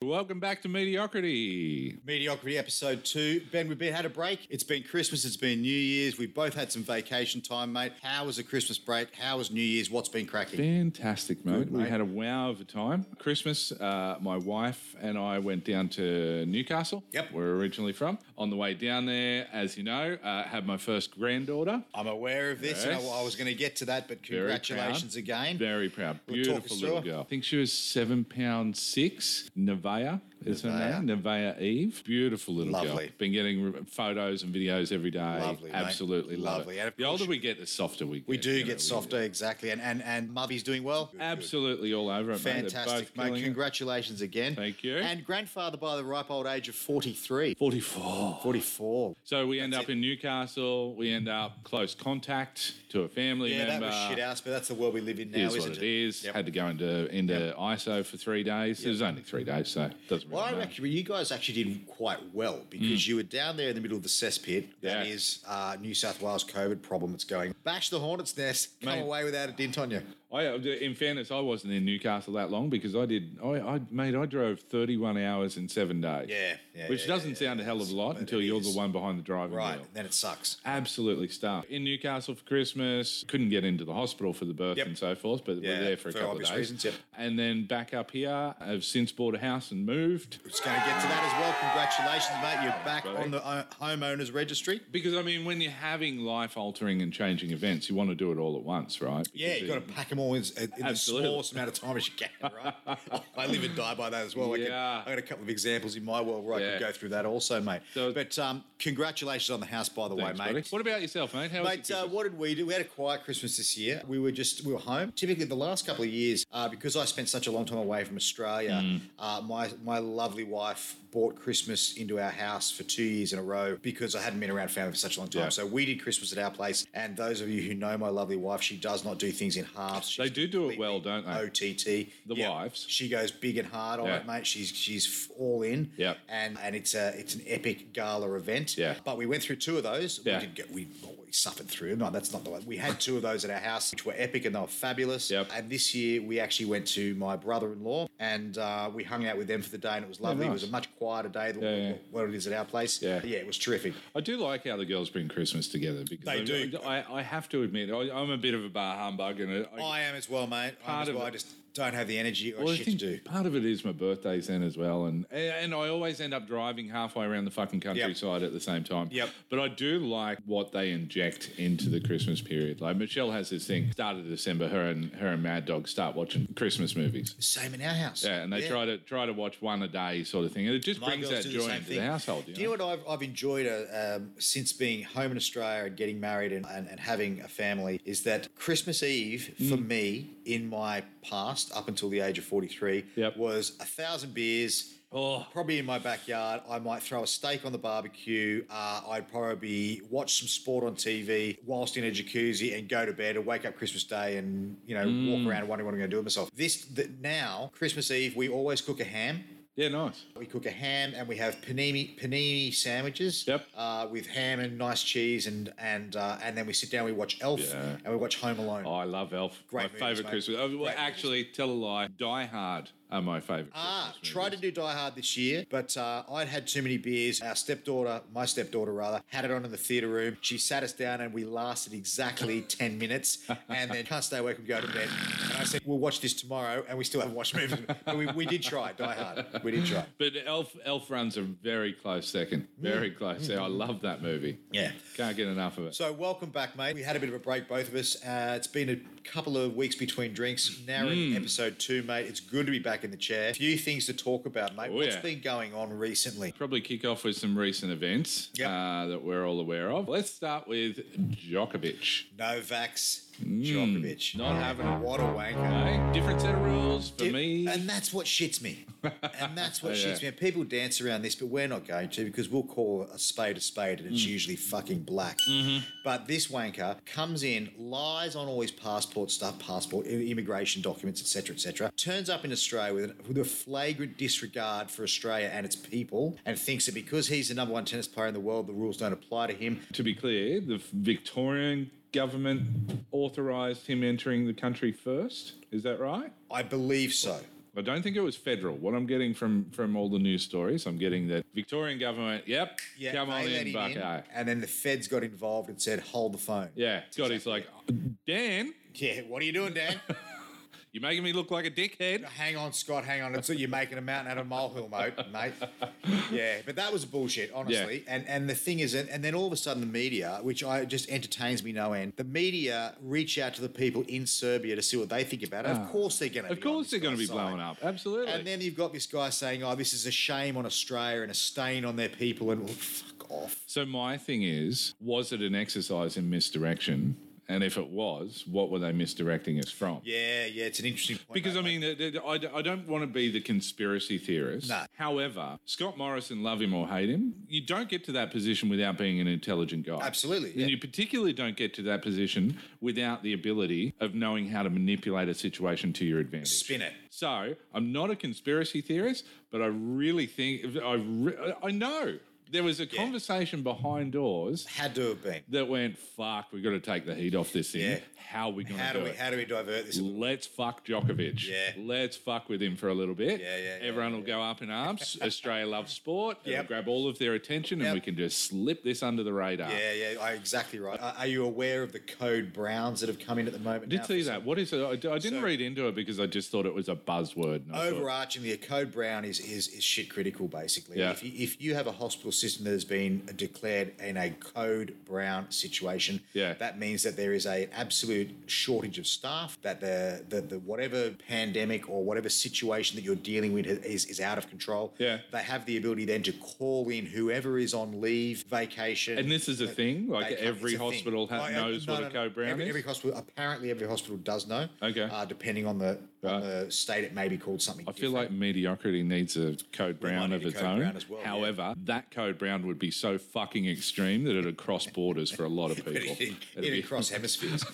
Welcome back to Mediocrity. Mediocrity episode two. Ben, we've been had a break. It's been Christmas, it's been New Year's. We both had some vacation time, mate. How was the Christmas break? How was New Year's? What's been cracking? Fantastic, mate. Good, We mate. had a wow of a time. Christmas, uh, my wife and I went down to Newcastle. Yep. Where we're originally from. On the way down there, as you know, uh, had my first granddaughter. I'm aware of this, and I, Yes. I was going to get to that, but Very proud. congratulations again. Very proud. We'll talk Beautiful us little through. girl. I think she was seven pound six. Nevaeh is her Nevaeh. name. Nevaeh Eve. Beautiful little Lovely. girl. Been getting r- photos and videos every day. Lovely, mate. Absolutely love Lovely. it. And of the course- older we get, the softer we get. we do you know, get softer, exactly, and and and Mubby's doing well. Good, good. Absolutely all over it, mate. They're both Fantastic, mate. killing it. Congratulations again. Thank you. And grandfather by the ripe old age of 43. 44. 44. So we end That's up it. in Newcastle. We end up close contact to a family Yeah, that member. was shit house, but that's the world we live in now, Here's isn't what it is. Had to go into into ISO for three days. It was only three days, so it doesn't really Well, I matter. reckon you guys actually did quite well because you were down there in the middle of the cesspit. That Mm. Yeah. is uh, New South Wales COVID problem. It's going bash the hornet's nest, come Mate. away without a dint on you. I, uh, in fairness, I wasn't in Newcastle that long because I did. I, I mate, I drove 31 hours in seven days. Yeah, yeah, which yeah, doesn't yeah, sound a hell of a lot But until it you're is. the one behind the driving Right, wheel. then it sucks. Absolutely stuffed. In Newcastle for Christmas, couldn't get into the hospital for the birth Yep. and so forth, but we Yeah, were there for a for couple of obvious days. reasons, yep. And then back up here, I've since bought a house and moved. It's going to get to that as well. Congratulations, mate. You're back buddy. on the uh, homeowners registry. Because I mean, when you're having life altering and changing events, you want to do it all at once, right? Yeah, Because you've got to pack them all in, in the Absolutely. smallest amount of time as you can, right? I live and die by that as well. I, can, Yeah. I got a couple of examples in my world where I Yeah. could go through that also, mate. So- but um, congratulations on the house, by the Thanks, way, mate. buddy. What about yourself, mate? How was Mate, your uh, Christmas? what did we do? We had a quiet Christmas this year. We were just we were home. Typically, the last couple of years, uh, because I spent such a long time away from Australia, Hmm. uh, my my lovely wife bought Christmas into our house for two years in a row because I hadn't been around family for such a long time. Yeah. So we did Christmas at our place. And those of you who know my lovely wife, she does not do things in halves. She's They do do it well, uh, completely don't they? OTT. The Yeah. wives. She goes big and hard on Yeah. it, mate. She's she's f- all in. Yeah. And and it's a it's an epic gala event. Yeah. But we went through two of those. Yeah. We did get, we, well, we suffered through. No, that's not the one. We had two of those at our house, which were epic and they were fabulous. Yep. And this year we actually went to my brother-in-law and uh, we hung out with them for the day, and it was lovely. Oh, nice. It was a much quieter day than Yeah, yeah. what, what it is at our place. Yeah. Yeah, it was terrific. I do like how the girls bring Christmas together because They I, do. I, I have to admit, I, I'm a bit of a bar humbug, and I, I am as well, mate. I'm Part as of well. it- I just don't have the energy or Well, I shit to think do. part of it is my birthday's then as well, and and I always end up driving halfway around the fucking countryside at the same time. Yep. But I do like what they inject into the Christmas period. Like Michelle has this thing. Start of December, her and her and Mad Dog start watching Christmas movies. Same in our house. Yeah, and they try to try to watch one a day, sort of thing, and it just My brings girls that do the joy same into the thing. household. Do you know what I've, I've enjoyed uh, um, since being home in Australia and getting married and, and, and having a family is that Christmas Eve for Mm. me in my past up until the age of 43 Yep. was a thousand beers. Oh. Probably in my backyard. I might throw a steak on the barbecue. Uh, I'd probably watch some sport on TV whilst in a jacuzzi and go to bed and wake up Christmas Day and, you know, Mm. walk around wondering what I'm going to do with myself. This, that now, Christmas Eve, we always cook a ham. Yeah, nice. We cook a ham and we have panini panini sandwiches. Yep. Uh, with ham and nice cheese and and uh, and then we sit down. We watch Elf Yeah. Oh, and we watch Home Alone. I love Elf. Great my movies, favorite mate. Christmas. Oh, well, Great actually, tell a lie. Die Hard are my favorite. Ah, Christmas tried to movies. do Die Hard this year, but uh, I'd had too many beers. Our stepdaughter, my stepdaughter rather, had it on in the theatre room. She sat us down and we lasted exactly 10 minutes and then can't stay awake and go to bed. And I said, we'll watch this tomorrow and we still haven't watched movies. But we, we did try Die Hard. We did try. But Elf Elf runs a very close second. Very close. I love that movie. Yeah. Can't get enough of it. So welcome back, mate. We had a bit of a break, both of us. Uh, it's been a couple of weeks between drinks. Now we're Mm. in episode two, mate. It's good to be back in the chair. Few things to talk about, mate. Oh, What's yeah. been going on recently? Probably kick off with some recent events Yep. uh, that we're all aware of. Let's start with Djokovic. Novak's Djokovic. Mm. Not having it. What a wanker. Okay? Different set of rules for Did- me. And that's what shits me. And that's what Yeah. shits me. And people dance around this, but we're not going to because we'll call a spade a spade and it's Mm. usually fucking black. Mm-hmm. But this wanker comes in, lies on all his passport stuff, passport, i- immigration documents, etc., etc. Turns up in Australia with, an, with a flagrant disregard for Australia and its people and thinks that because he's the number one tennis player in the world, the rules don't apply to him. to be clear, the Victorian government authorised him entering the country first. Is that right? I believe so. I don't think it was federal. What I'm getting from from all the news stories, I'm getting that Victorian government. Yep, Yeah, come on they let in, him Buckeye. and then the feds got involved and said, "Hold the phone." Yeah, Scotty's like, Dan, yeah. What are you doing, Dan? you're making me look like a dickhead. hang on, Scott. Hang on. It's you're making a mountain out of a molehill, mate. Mate. Yeah, but that was bullshit, honestly. And and the thing is, and, and then all of a sudden, the media, which I just entertains me no end, the media reach out to the people in Serbia to see what they think about it. Of course, they're going to. Ah. Of course, they're going to be blowing up. Absolutely. And then you've got this guy saying, "Oh, this is a shame on Australia and a stain on their people," and well, fuck off. So my thing is, was it an exercise in misdirection? And if it was, what were they misdirecting us from? Yeah, yeah, it's an interesting point. Because mate. I mean, th- th- I d- I don't want to be the conspiracy theorist. No. However, Scott Morrison, love him or hate him, you don't get to that position without being an intelligent guy. Absolutely, And yeah. you particularly don't get to that position without the ability of knowing how to manipulate a situation to your advantage. spin it. So I'm not a conspiracy theorist, but I really think I re- I know there was a conversation behind doors Had to have been. that went fuck. We've got to take the heat off this thing. Yeah. How are we going How to do do we? it? How do we divert this? Let's fuck Djokovic. Yeah. Let's fuck with him for a little bit. Yeah, yeah, yeah, Everyone will go up in arms. Australia loves sport. It'll Yep. grab all of their attention, Yep. and we can just slip this under the radar. Yeah, yeah, I, exactly right. Are, are you aware of the code browns that have come in at the moment? I now did see for that. What is it? I, I didn't So- read into it because I just thought it was a buzzword. and I thought- overarching the code brown is is, is shit critical basically Yeah. if, you, if you have a hospital system that has been declared in a code brown situation Yeah. that means that there is a absolute shortage of staff that the, the the whatever pandemic or whatever situation that you're dealing with is, is out of control Yeah. they have the ability then to call in whoever is on leave vacation And this is a thing. Like they come- every it's a thing. hospital ha- Like, uh, knows no, what no, a no. code brown every, is. Every hospital, apparently, every hospital does know. Okay. Uh, depending on the, Right. on the state, it may be called something. I feel like mediocrity needs a code brown need of a its code own. brown as well, yeah. However, that code brown would be so fucking extreme that it'd cross borders for a lot of people. in, It'd in be- across hemispheres,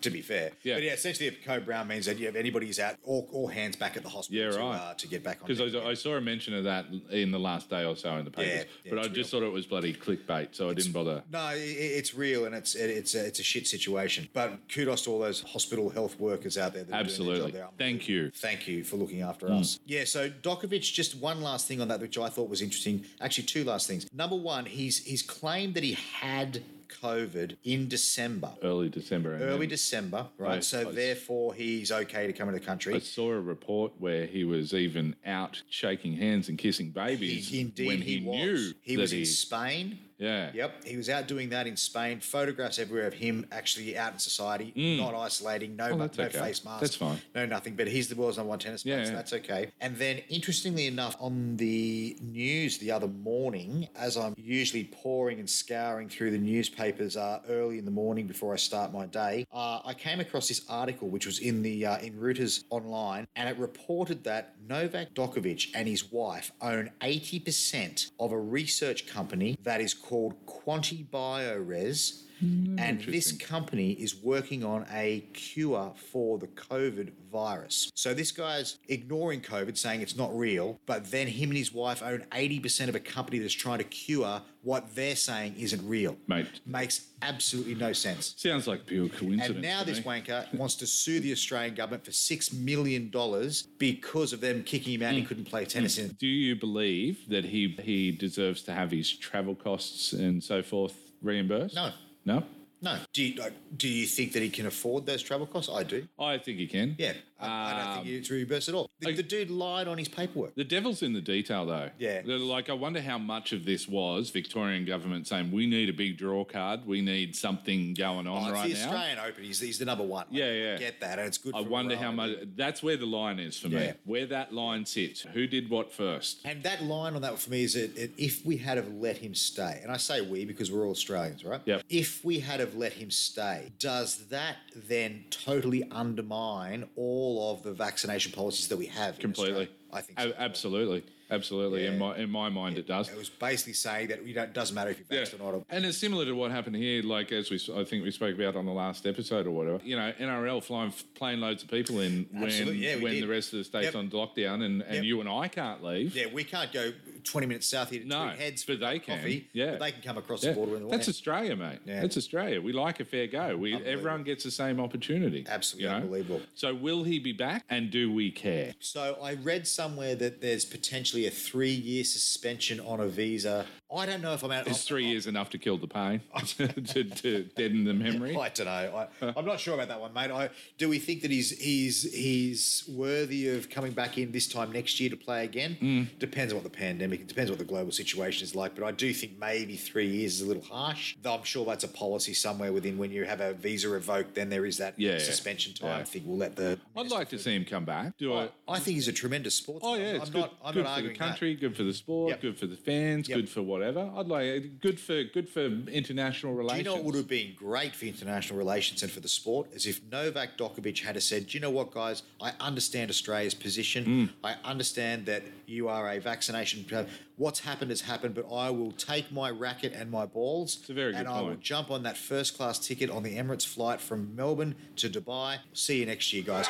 to be fair. Yeah. But yeah, essentially, a code brown means that you have anybody's out, all, all hands back at the hospital Yeah, to, right. uh, to get back on. Because their- I, I saw a mention of that in the last day or so in the papers, yeah, but I it's just thought it was bloody clickbait, so I didn't bother. No, i- i it's real and it's it, it's a, it's a shit situation. But kudos to all those hospital health workers out there. That Are doing Absolutely. their job. They're Thank you. Thank you for looking after Hmm. us. Yeah, so Dokovic, just one last thing on that, which I thought was interesting. Actually, two last things. Number one, he's he's claimed that he had COVID in December. Early December. and Early then December, right? Nice, so nice. therefore, he's okay to come into the country. I saw a report where he was even out shaking hands and kissing babies He- indeed, when he, he, was. knew he that was he, in Spain. yeah, Yep, he was out doing that in Spain. Photographs everywhere of him actually out in society, not isolating, no, no Hmm. Oh, that's okay. face mask, That's fine. no nothing. But he's the world's number one tennis player, Yeah, so yeah. that's okay. And then, interestingly enough, on the news the other morning, as I'm usually pouring and scouring through the newspapers uh, early in the morning before I start my day, uh, I came across this article which was in the uh, in Reuters online, and it reported that Novak Djokovic and his wife own 80% of a research company that is called QuantiBioRes. And this Hmm, interesting. company is working on a cure for the COVID virus. So this guy's ignoring COVID, saying it's not real, but then him and his wife own 80% of a company that's trying to cure what they're saying isn't real. mate. Makes absolutely no sense. Sounds like pure coincidence. And now to this me. wanker wants to sue the Australian government for $6 million because of them kicking him out. Hmm. He couldn't play tennis in. Do you believe that he he deserves to have his travel costs and so forth reimbursed? No. No? No. Do you, do you think that he can afford those travel costs? I do. I think he can. Yeah, I, I Um, don't think it's reversed at all. The, the dude lied on his paperwork. The devil's in the detail, though. Yeah. They're Like, I wonder how much of this was Victorian government saying, we need a big draw card. We need something going on Oh, it's right the now. Australian Open. He's, he's the number one. Like, Yeah, yeah. I get that, and it's good. I for wonder how morale. much. That's where the line is for me. Yeah. Where that line sits. Who did what first? And that line on that for me is that that if we had have let him stay, and I say we because we're all Australians, right? Yep. If we had have let him stay, does that then totally undermine all of the vaccination policies that we have? in Completely. Australia? I think so. A- absolutely. Absolutely. In Yeah. my in my mind, it does. It was basically saying that you know, it doesn't matter if you're Yeah. vaccinated or not. And it's similar to what happened here, like as we, I think we spoke about on the last episode or whatever. You know, NRL flying plane loads of people in when Absolutely, yeah, we when did. the rest of the state's Yep. on lockdown, and, and Yep. you and I can't leave. Yeah, we can't go 20 minutes south here to No, Tweed Heads but they can. coffee. Yeah. But they can come across Yeah. the border when they want. That's Australia, mate. Yeah. That's Australia. We like a fair go. We Unbelievable. everyone gets the same opportunity. Absolutely unbelievable. So will he be back? And do we care? So I read somewhere that there's potentially a three-year suspension on a visa. I don't know if I'm out. Is three years enough to kill the pain to, to deaden the memory? I don't know. I, I'm not sure about that one, mate. I, do we think that he's he's he's worthy of coming back in this time next year to play again? Hmm. Depends on what the pandemic. It depends what the global situation is like. But I do think maybe three years is a little harsh. Though I'm sure that's a policy somewhere within when you have a visa revoked, then there is that Yeah, yeah. suspension time Yeah. thing. We'll let the. I'd like to see him come back. Do I? I think he's a tremendous sportsman. Oh yeah, I'm, it's I'm good, not. I'm good for not the arguing that. country, good for the sport, Yep. good for the fans, Yep. good for whatever. I'd like uh, good for good for international Do you relations. know what would have been great for international relations and for the sport is if Novak Djokovic had have said, "Do you know what, guys? I understand Australia's position. Mm. I understand that you are a vaccination. What's happened has happened, but I will take my racket and my balls, a very and good I will point. jump on that first class ticket on the Emirates flight from Melbourne to Dubai. See you next year, guys.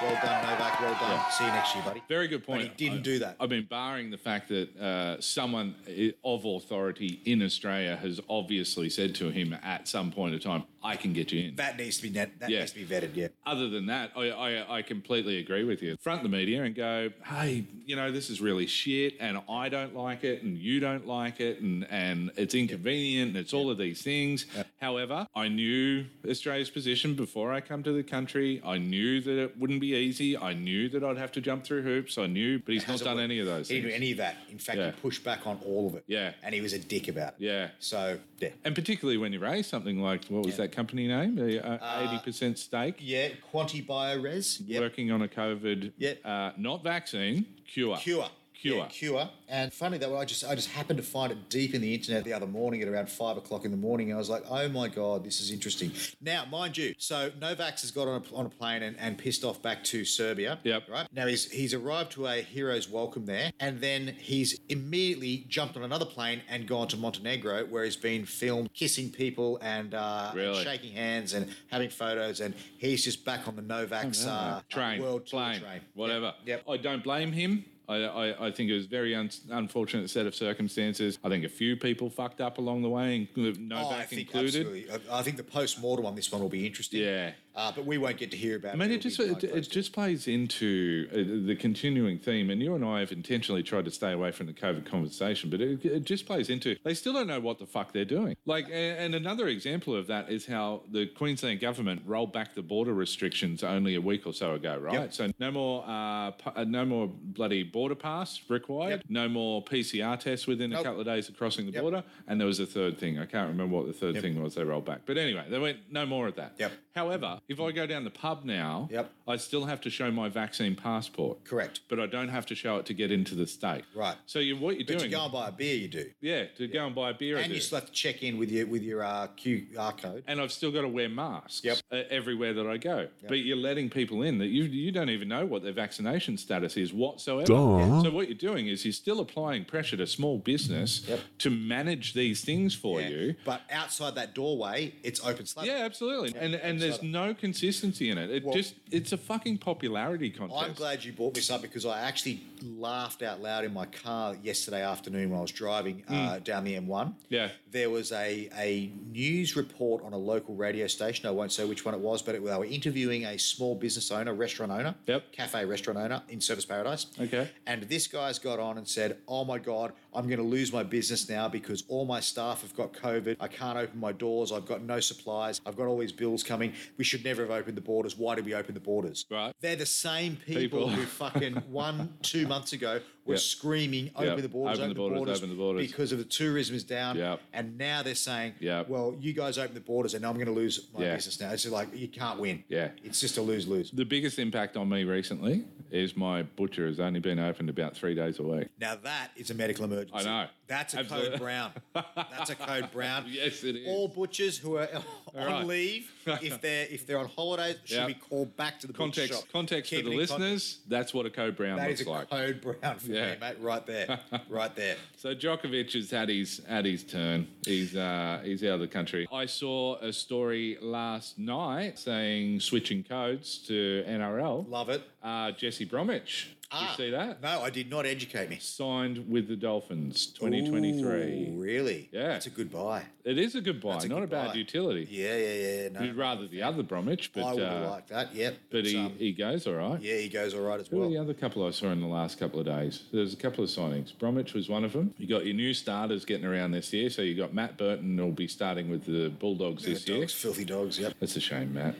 Well done, Novak. Well done. See you next year, buddy. Very good point. But he didn't I- do that. I mean, barring the fact that uh, someone i- of authority in Australia has obviously said to him at some point in time, "I can get you in." that needs to be net, that Yeah. needs to be vetted. Yeah. Other than that, I, I, I completely agree with you. Front the media and go, "Hey, you know, this is really shit, and I don't like it, and you don't like it, and and it's inconvenient, and it's all of these things." However, I knew Australia's position before I come to the country. I knew that it wouldn't be easy. I knew that I'd have to jump through hoops. I knew, but he's not hasn't done worked. any of those. He things. didn't do any of that. In fact, Yeah. he pushed back on all of it. Yeah. And he was a dick about it. Yeah. So, yeah. And particularly when you raise something like, what was that company name? The uh, 80% stake, Yeah, Quanti Biores. Yep. working on a COVID, Yep. uh, not vaccine, cure. Cure. Cure. Yeah, cure. And funny that I just I just happened to find it deep in the internet the other morning at around five o'clock in the morning. I was like, oh my god, this is interesting. Now, mind you, so Novak's has got on a, on a plane and, and pissed off back to Serbia. Yep. Right now he's he's arrived to a hero's welcome there, and then he's immediately jumped on another plane and gone to Montenegro where he's been filmed kissing people and, uh, and Really? shaking hands and having photos, and he's just back on the Novak's uh, Oh, Train, world tour plane, train. whatever. Yep. I don't blame him. I, I, I think it was a very un- unfortunate set of circumstances. I think a few people fucked up along the way, inclu- Oh, Novak I think included. absolutely. I, I think the post mortem on this one will be interesting. Yeah. Uh, but we won't get to hear about I mean, it. it It'll just be it, like it those- just plays into uh, the continuing theme, and you and I have intentionally tried to stay away from the COVID conversation, but it, it just plays into they still don't know what the fuck they're doing. Like, a- and another example of that is how the Queensland government rolled back the border restrictions only a week or so ago, right? Yep. So no more uh, pu- uh, no more bloody border pass required, Yep. no more PCR tests within a Nope. couple of days of crossing the Yep. border, and there was a third thing. I can't remember what the third thing was they rolled back, but anyway, they went no more of that. Yep. However, if I go down the pub now, Yep. I still have to show my vaccine passport. Correct. But I don't have to show it to get into the state. Right. So you, what you're But doing? you go and buy a beer, you do. yeah, to go and buy a beer. I And do. you still have to check in with your with your uh, QR code. and I've still got to wear masks Yep. uh, everywhere that I go. But you're letting people in that you you don't even know what their vaccination status is whatsoever. Duh. So what you're doing is you're still applying pressure to small business to manage these things for Yeah. you. But outside that doorway, it's open slate. Yeah, absolutely. and and there's no consistency in it. It Well- just it's a fucking popularity contest. I'm glad you brought this up because I actually laughed out loud in my car yesterday afternoon when I was driving Hmm. uh, down the M1. Yeah. There was a, a news report on a local radio station. I won't say which one it was, but it, they were interviewing a small business owner, restaurant owner, Yep. cafe restaurant owner in Service Paradise. Okay. And this guy's got on and said, Oh my God, I'm going to lose my business now because all my staff have got COVID. I can't open my doors. I've got no supplies. I've got all these bills coming. We should never have opened the borders. Why did we open the borders? Right. They're the same people, People. who fucking one, two months ago were Yep. screaming, Open Yep. the borders, open, the borders, open the borders. Because of the tourism is down. Yep. And now they're saying, Yep. Well, you guys open the borders and I'm going to lose my Yeah. business now. It's just like, you can't win. Yeah. It's just a lose lose. The biggest impact on me recently is my butcher has only been opened about three days a week. Now that is a medical emergency. I know. That's a Absolutely. code brown. That's a code brown. Yes, it is. All butchers who are on right. leave, if they're if they're on holidays, should Yep. be called back to the butcher Context, shop. context for Keep the it in con- listeners. That's what a code brown That looks is a like. code brown for Yeah. me, mate. Right there, right there. So Djokovic has had his had his turn. He's uh, he's out of the country. I saw a story last night saying switching codes to NRL. Love it. Uh, Jesse Bromwich Ah. you see that? No, I did not educate me. Signed with the Dolphins 2023. Ooh, really? Yeah. It's a good buy. It is a good buy, a not good a bad buy. utility. Yeah, yeah, yeah. No, You'd rather the other Bromwich, but I would have uh, liked that. Yep. but he, um, he goes all right. yeah, he goes all right as Who are well. the other couple I saw in the last couple of days? There's a couple of signings. Bromwich was one of them. You got your new starters getting around this year. So you got Matt Burton who'll be starting with the Bulldogs The this year. dogs, filthy dogs. Yep. That's a shame, Matt.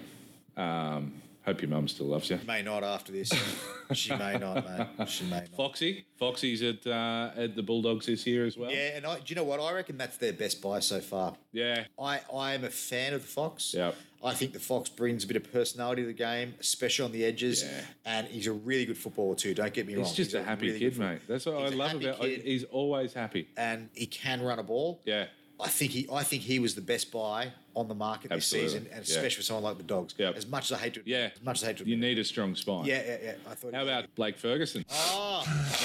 Um, hope your mum still loves you. May not after this. she may not, mate. She may not. Foxy, Foxy's at uh, at the Bulldogs this year as well. Yeah, and I, do you know what? I reckon that's their best buy so far. yeah. I, I am a fan of the Fox. Yep. I think the Fox brings a bit of personality to the game, especially on the edges. Yeah. And he's a really good footballer too. Don't get me wrong. He's just a happy Oh, really good kid, footballer. mate. That's what He's I a love happy about. kid. He's always happy. And he can run a ball. Yeah, I think he I think he was the best buy on the market Absolutely. this season, and Yeah. especially for someone like the Dogs. Yep. As much as I hate to yeah. as much as I hate to you need a strong spine. yeah, yeah, yeah. I thought How about Blake Ferguson? oh,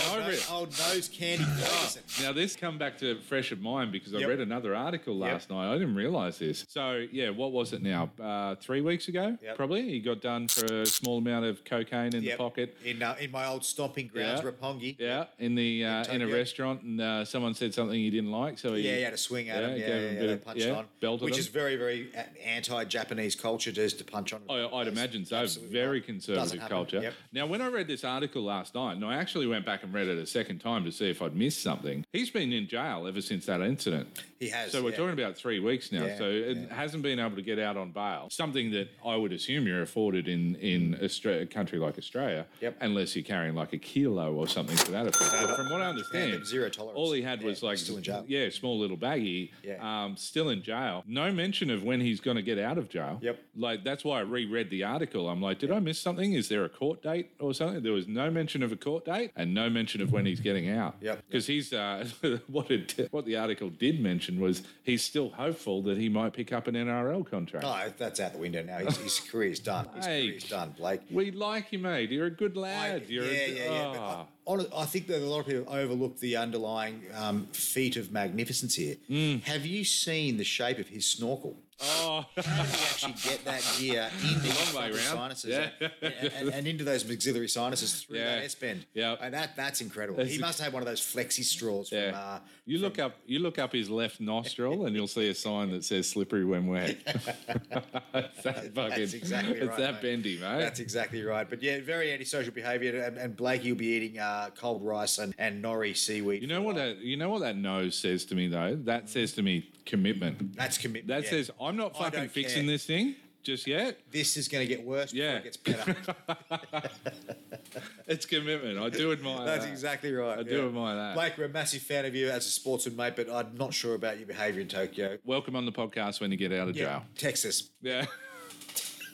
over old, it. nose, old nose candy Ferguson. Now this come back to fresh of mind because I Yep. read another article last night. I didn't realise this. So yeah, what was it now? Uh, three weeks ago, Yep. probably. He got done for a small amount of cocaine in Yep. the pocket. In uh, in my old stomping grounds, Yeah. Rapongi. Yeah, in the uh, in a Tokyo. restaurant, and uh, someone said something he didn't like, so he Yeah, he had a swing at Yeah, him. he Yeah, gave yeah, him a yeah, bit they of- punched yeah, on. belted which him. is very, very uh, anti-Japanese culture just to punch on. I, Oh, I'd imagine so. Absolutely Very not. Doesn't conservative happen. culture. Yep. Now, when I read this article last night, and I actually went back and read it a second time to see if I'd missed something, he's been in jail ever since that incident. He has. So we're yeah. talking about three weeks now. Yeah, so it hasn't been able to get out on bail. Something that I would assume you're afforded in in Australia, a country like Australia, Yep. unless you're carrying like a kilo or something to that effect. But from what I understand, they've zero tolerance. All he had Yeah, was like still in jail. Yeah, small little baggie. Yeah. Um, still in jail. No mention of when he's going to get out of jail. Yep. Like that's why I reread the article. I'm like, did I miss something? Is there a court date or something? There was no mention of a court date and no mention of when he's getting out. Yep. Because he's uh, what it what the article did mention was he's still hopeful that he might pick up an NRL contract. No, that's out the window now. His, his career's done. His Blake. career's done, Blake. We like you, mate. You're a good I- lad. You're yeah, a, yeah, yeah. But I, Ah. honest- I think that a lot of people overlook the underlying um, feat of magnificence here. Hmm. Have you seen the shape of his snorkel? Oh. How did he actually get that gear into his way fucking round. sinuses Yeah. and, and- and into those maxillary sinuses through Yeah. that S bend? Yeah. And that that's incredible. That's he ex- must have one of those flexi straws. Yeah. From, uh, you look up you look up his left nostril and you'll see a sign that says slippery when wet. It's that fucking, That's exactly It's right, that mate. bendy, mate. That's exactly right. But yeah, very antisocial behaviour. And, and Blakey will be eating uh, cold rice and, and nori seaweed. you know what uh, that you know what that nose says to me though? That says to me commitment. That's commitment. That Mm. yeah. says I'm not I don't fucking fixing care. this thing just yet. this is going to get worse before Yeah. it gets better. It's commitment. I do admire That's that. exactly right. I do admire that. Blake, we're a massive fan of you as a sportsman, mate, but I'm not sure about your behaviour in Tokyo. Welcome on the podcast when you get out of jail. Texas. Yeah.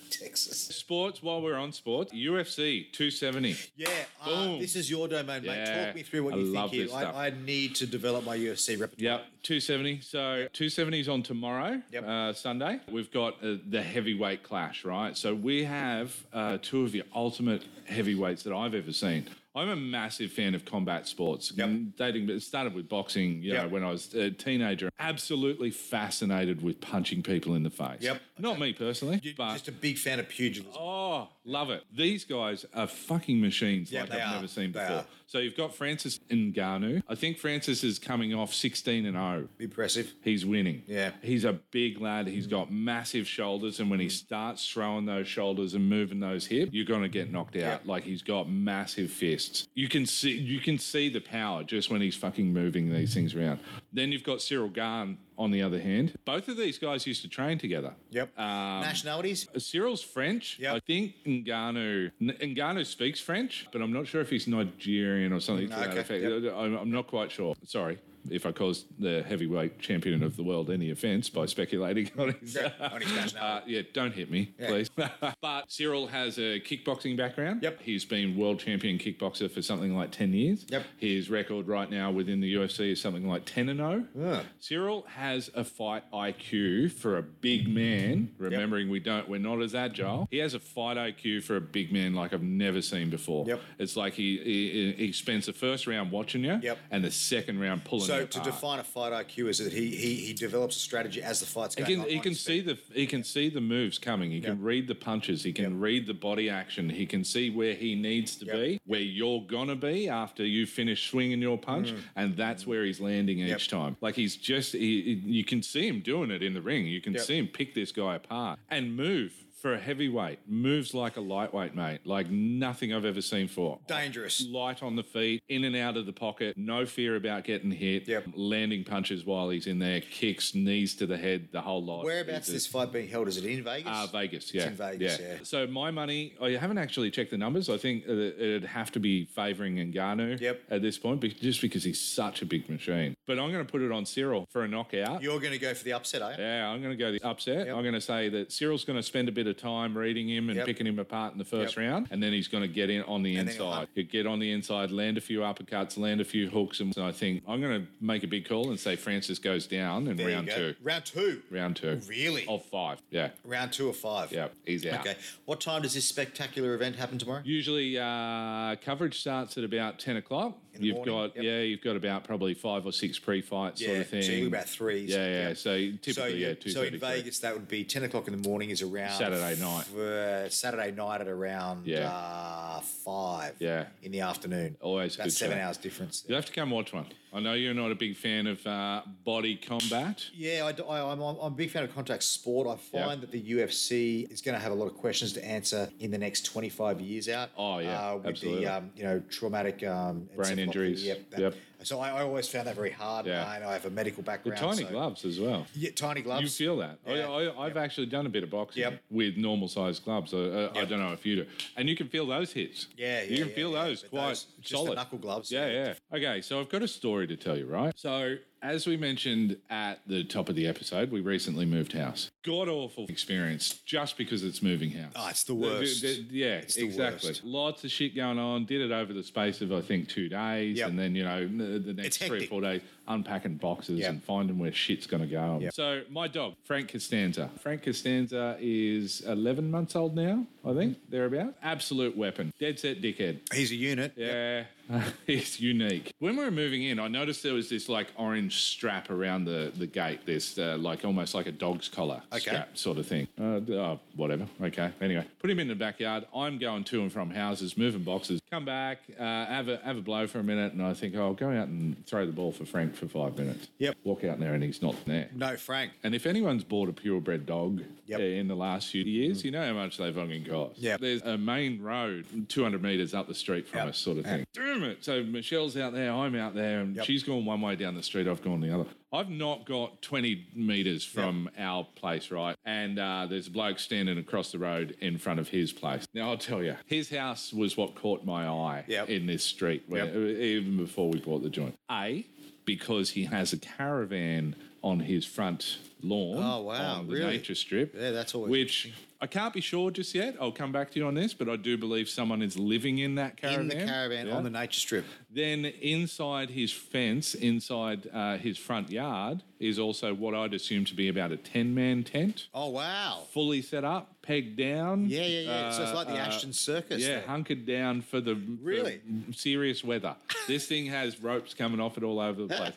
Texas. Sports, while we're on sports, UFC 270. Yeah, uh, Boom. this is your domain, mate. Yeah. Talk me through what I you think love here. this stuff. I, I need to develop my UFC repertoire. Yep, 270. So 270 is on tomorrow, Yep. uh, Sunday. We've got uh, the heavyweight clash, right? So we have uh, two of your ultimate heavyweights that I've ever seen. I'm a massive fan of combat sports. Yep. Mm, Dating, but it started with boxing. You know, Yep. when I was a teenager, absolutely fascinated with punching people in the face. Yep. Not me personally, You're but just a big fan of pugilism. Oh, love it. These guys are fucking machines Yeah, like they I've are. never seen They before. are. So you've got Francis Ngannou. I think Francis is coming off 16 and 0. Impressive. He's winning. Yeah. He's a big lad. He's got massive shoulders. And when he starts throwing those shoulders and moving those hips, you're gonna get knocked out. Yeah. Like he's got massive fists. You can see you can see the power just when he's fucking moving these things around. Then you've got Cyril Garn on the other hand. Both of these guys used to train together. Yep. Um, Nationalities? Cyril's French. Yep. I think Ngannou, N- Ngannou speaks French, but I'm not sure if he's Nigerian or something to that Mm, okay, effect. yep. I'm, I'm not quite sure. Sorry if I caused the heavyweight champion of the world any offence by speculating on his. Yeah, on his Uh, nationality. yeah, don't hit me, please. but Cyril has a kickboxing background. Yep. He's been world champion kickboxer for something like 10 years. Yep. His record right now within the UFC is something like 10 and 0. Yeah. Cyril has a fight IQ for a big man. Remembering we don't, we're not as agile. He has a fight IQ for a big man like I've never seen before. Yep. It's like he, he he spends the first round watching you, Yep. and the second round pulling So their to part. define a fight IQ is that he he, he develops a strategy as the fight's He going can, on. he like can it's- see the he can see the moves coming. He can read the punches. He can read the body action. He can see where he needs to Yep. be, where you're gonna be after you finish swinging your punch, and that's where he's landing each Mm. Yep. time. Like he's just he, he- you can see him doing it in the ring. You can Yep. see him pick this guy apart and move for a heavyweight. Moves like a lightweight, mate. Like nothing I've ever seen for. dangerous. Light on the feet, in and out of the pocket, no fear about getting hit, Yep. landing punches while he's in there, kicks, knees to the head, the whole lot. He's Whereabouts is this a- fight being held? Is it in Vegas? Ah, Vegas, yeah. in Vegas, yeah. So my money, I haven't actually checked the numbers. I think uh, it'd have to be favouring Ngannou Yep. at this point, be- just because he's such a big machine. But I'm going to put it on Cyril for a knockout. You're going to go for the upset, are you? Yeah, I'm going to go the upset. Yep. I'm going to say that Cyril's going to spend a bit of time reading him and Yep. picking him apart in the first Yep. round, and then he's going to get in on the And then he'll inside. hunt. He'll get on the inside, land a few uppercuts, land a few hooks, and so I think I'm going to make a big call and say Francis goes down in There you round go. two. Round two. Round two. Really? Of five. Yeah. Round two or five. Yeah. He's out. Okay. What time does this spectacular event happen tomorrow? Usually, uh, coverage starts at about ten o'clock. the you've morning, got yep. yeah, you've got about probably five or six pre-fight sort yeah. of thing. So you're about threes. yeah, yeah, So typically, So, yeah, you- two so in thirty-three. Vegas, that would be 10 o'clock in the morning is around Saturday night. uh, Saturday night at around Yeah. uh, 5 Yeah. in the afternoon. Always a That's good seven show. hours difference. You'll have to come watch one. I know you're not a big fan of uh, body combat. Yeah, I, am I'm I'm a big fan of contact sport. I find that the UFC is going to have a lot of questions to answer in the next 25 years out. Oh, yeah, uh, with absolutely. the um, you know traumatic um, encephalopathy. injuries. Yep. that- Yep. So I, I always found that very hard. Yeah. and I have a medical The background. tiny so- gloves as well. Yeah, tiny gloves. You feel that. Yeah. I, I, I've actually done a bit of boxing Yep. with normal sized gloves. I, I, I Yep. don't know if you do. And you can feel those hits. Yeah, You yeah, can yeah, feel yeah. those But quite those- just the solid. knuckle gloves, Yeah, yeah. yeah. Okay, so I've got a story to tell you, right? So, as we mentioned at the top of the episode, we recently moved house. God awful experience just because it's moving house. Oh, it's the worst. the- yeah, the exactly. worst. Lots of shit going on. Did it over the space of, I think, two days. Yep. And then, you know, the, the It's next three or hectic. four days, unpacking boxes Yep. and finding where shit's going to go. So, my dog, Frank Costanza. Frank Costanza is 11 months old now, I think, thereabout. Absolute weapon. Dead set dickhead. He's a unit. Yeah, it's unique. When we were moving in, I noticed there was this like orange strap around the, the gate. This uh, like almost like a dog's collar Okay. strap sort of thing. Uh, d- oh, whatever. Okay. Anyway, put him in the backyard. I'm going to and from houses, moving boxes. Come back, uh, have a have a blow for a minute, and I think "Oh, I'll go out and throw the ball for Frank for five minutes. Yep. Walk out there and he's not there. No, Frank. And if anyone's bought a purebred dog Yep. Mm-hmm. uh, in the last few years, you know how much they fucking cost. Yeah. There's a main road 200 metres up the street from Yep. us, sort of Yeah. thing. Damn it. So Michelle's out there, I'm out there, and Yep. she's gone one way down the street, I've gone the other. I've not got 20 metres from our place, right? And uh, there's a bloke standing across the road in front of his place. Now, I'll tell you, his house was what caught my eye Yep. in this street, where, Yep. even before we bought the joint. A, because he has a caravan on his front lawn. Oh, wow, On the really? nature strip. Yeah, that's always Which I can't be sure just yet. I'll come back to you on this, but I do believe someone is living in that caravan. In the caravan Yeah. on the nature strip. Then inside his fence, inside uh, his front yard, is also what I'd assume to be about a ten-man tent, Oh, wow. fully set up, pegged down. Yeah, yeah, yeah. so it's like the Uh, uh, Ashton Circus. yeah, thing. hunkered down for the Really? for serious weather. this thing has ropes coming off it all over the place.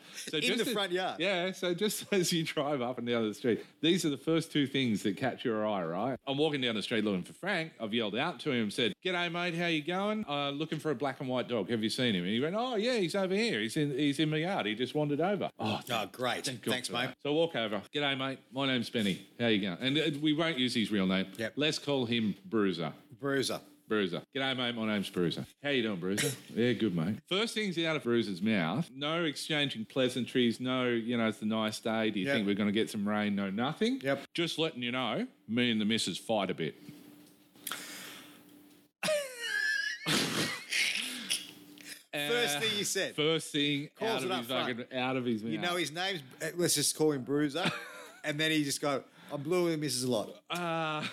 In the as- front yard. Yeah, so just as you drive up and down the street, these are the first two things that catch your eye, right? I'm walking down the street looking for Frank. I've yelled out to him, said, "G'day, mate. How you going? Uh, looking for a black and white dog. Have you seen him?" And he went, "Oh yeah, he's over here. He's in he's in my yard. He just wandered over." Oh, Oh, great. God Thanks, for mate. that. So I walk over. G'day, mate. My name's Benny. How you going? And uh, we won't use his real name. Yep. Let's call him Bruiser. Bruiser. Bruiser. G'day, mate. My name's Bruiser. How you doing, Bruiser? yeah, good, mate. First things out of Bruiser's mouth. No exchanging pleasantries. No, you know, it's a nice day. Do you Yep. think we're going to get some rain? No, nothing. Yep. Just letting you know, me and the missus fight a bit. First Uh, thing you said. First thing Calls out it of up his front. fucking, out of his mouth. You know his name's. uh, Let's just call him Bruiser. and then he just go. I'm blue and misses a lot. Ah,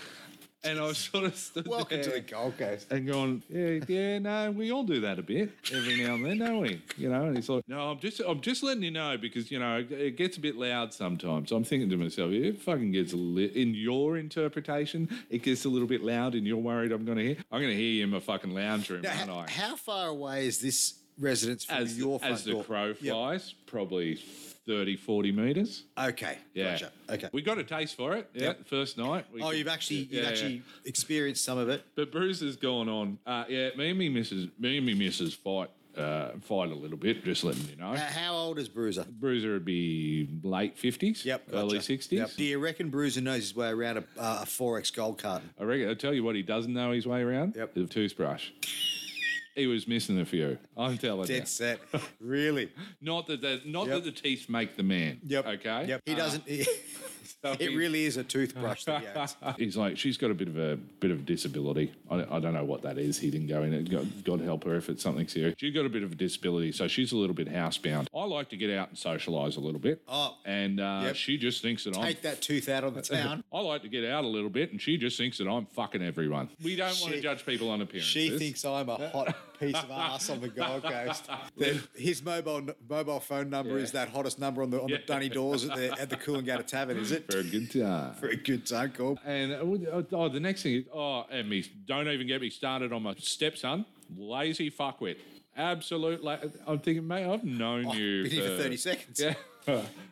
and I was sort of stood Welcome to there the Gold Coast. and going, yeah, yeah, no, we all do that a bit every now and then, don't we? You know, and he's like, no, I'm just, I'm just letting you know because you know it- it gets a bit loud sometimes. I'm thinking to myself, it fucking gets a li- in your interpretation, it gets a little bit loud, and you're worried I'm going to hear, I'm going to hear you in my fucking lounge room, Now, aren't ho- I? how far away is this residents from As, your front as the door. crow Yep. flies, probably 30, 40 metres. Okay. Yeah. Gotcha. Okay. We got a taste for it. Yeah. Yep. First night. We oh, could- you've actually yeah, you've yeah. actually experienced some of it. But Bruce has gone on. Uh, yeah, me and me missus, me and me missus fight uh, fight a little bit. Just letting you know. Uh, how old is Bruiser? Bruiser would be late fifties, Yep. early gotcha. sixties. Yep. Do you reckon Bruiser knows his way around a, uh, a Forex gold carton? I reckon. I tell you what, he doesn't know his way around. Yep. The toothbrush. he was missing a few. I'm telling you. Dead set. really? Not that the, not Yep. that the teeth make the man. Yep. Okay. Yep. He Uh, doesn't. he- so it he- really is a toothbrush that he owns. He's like, she's got a bit of a bit of a disability. I, I don't know what that is. He didn't go in. it. God, God help her if it's something serious. She got a bit of a disability, so she's a little bit housebound. I like to get out and socialise a little bit. Oh. and uh, Yep. she just thinks that I'm. Take that tooth out on the town. I like to get out a little bit, and she just thinks that I'm fucking everyone. We don't want to She- judge people on appearances. She thinks I'm a hot piece of ass on the Gold Coast. That his mobile mobile phone number Yeah. is that hottest number on the on the Yeah. dunny doors at the at the Coolangatta Tavern, is it? for a good time. For a good time call. And uh, what- uh, oh, the next thing is, oh, and me, don't even get me started on my stepson, lazy fuckwit. Absolute, la- I'm thinking, mate, I've known Oh, you uh, been here for 30 seconds. Yeah,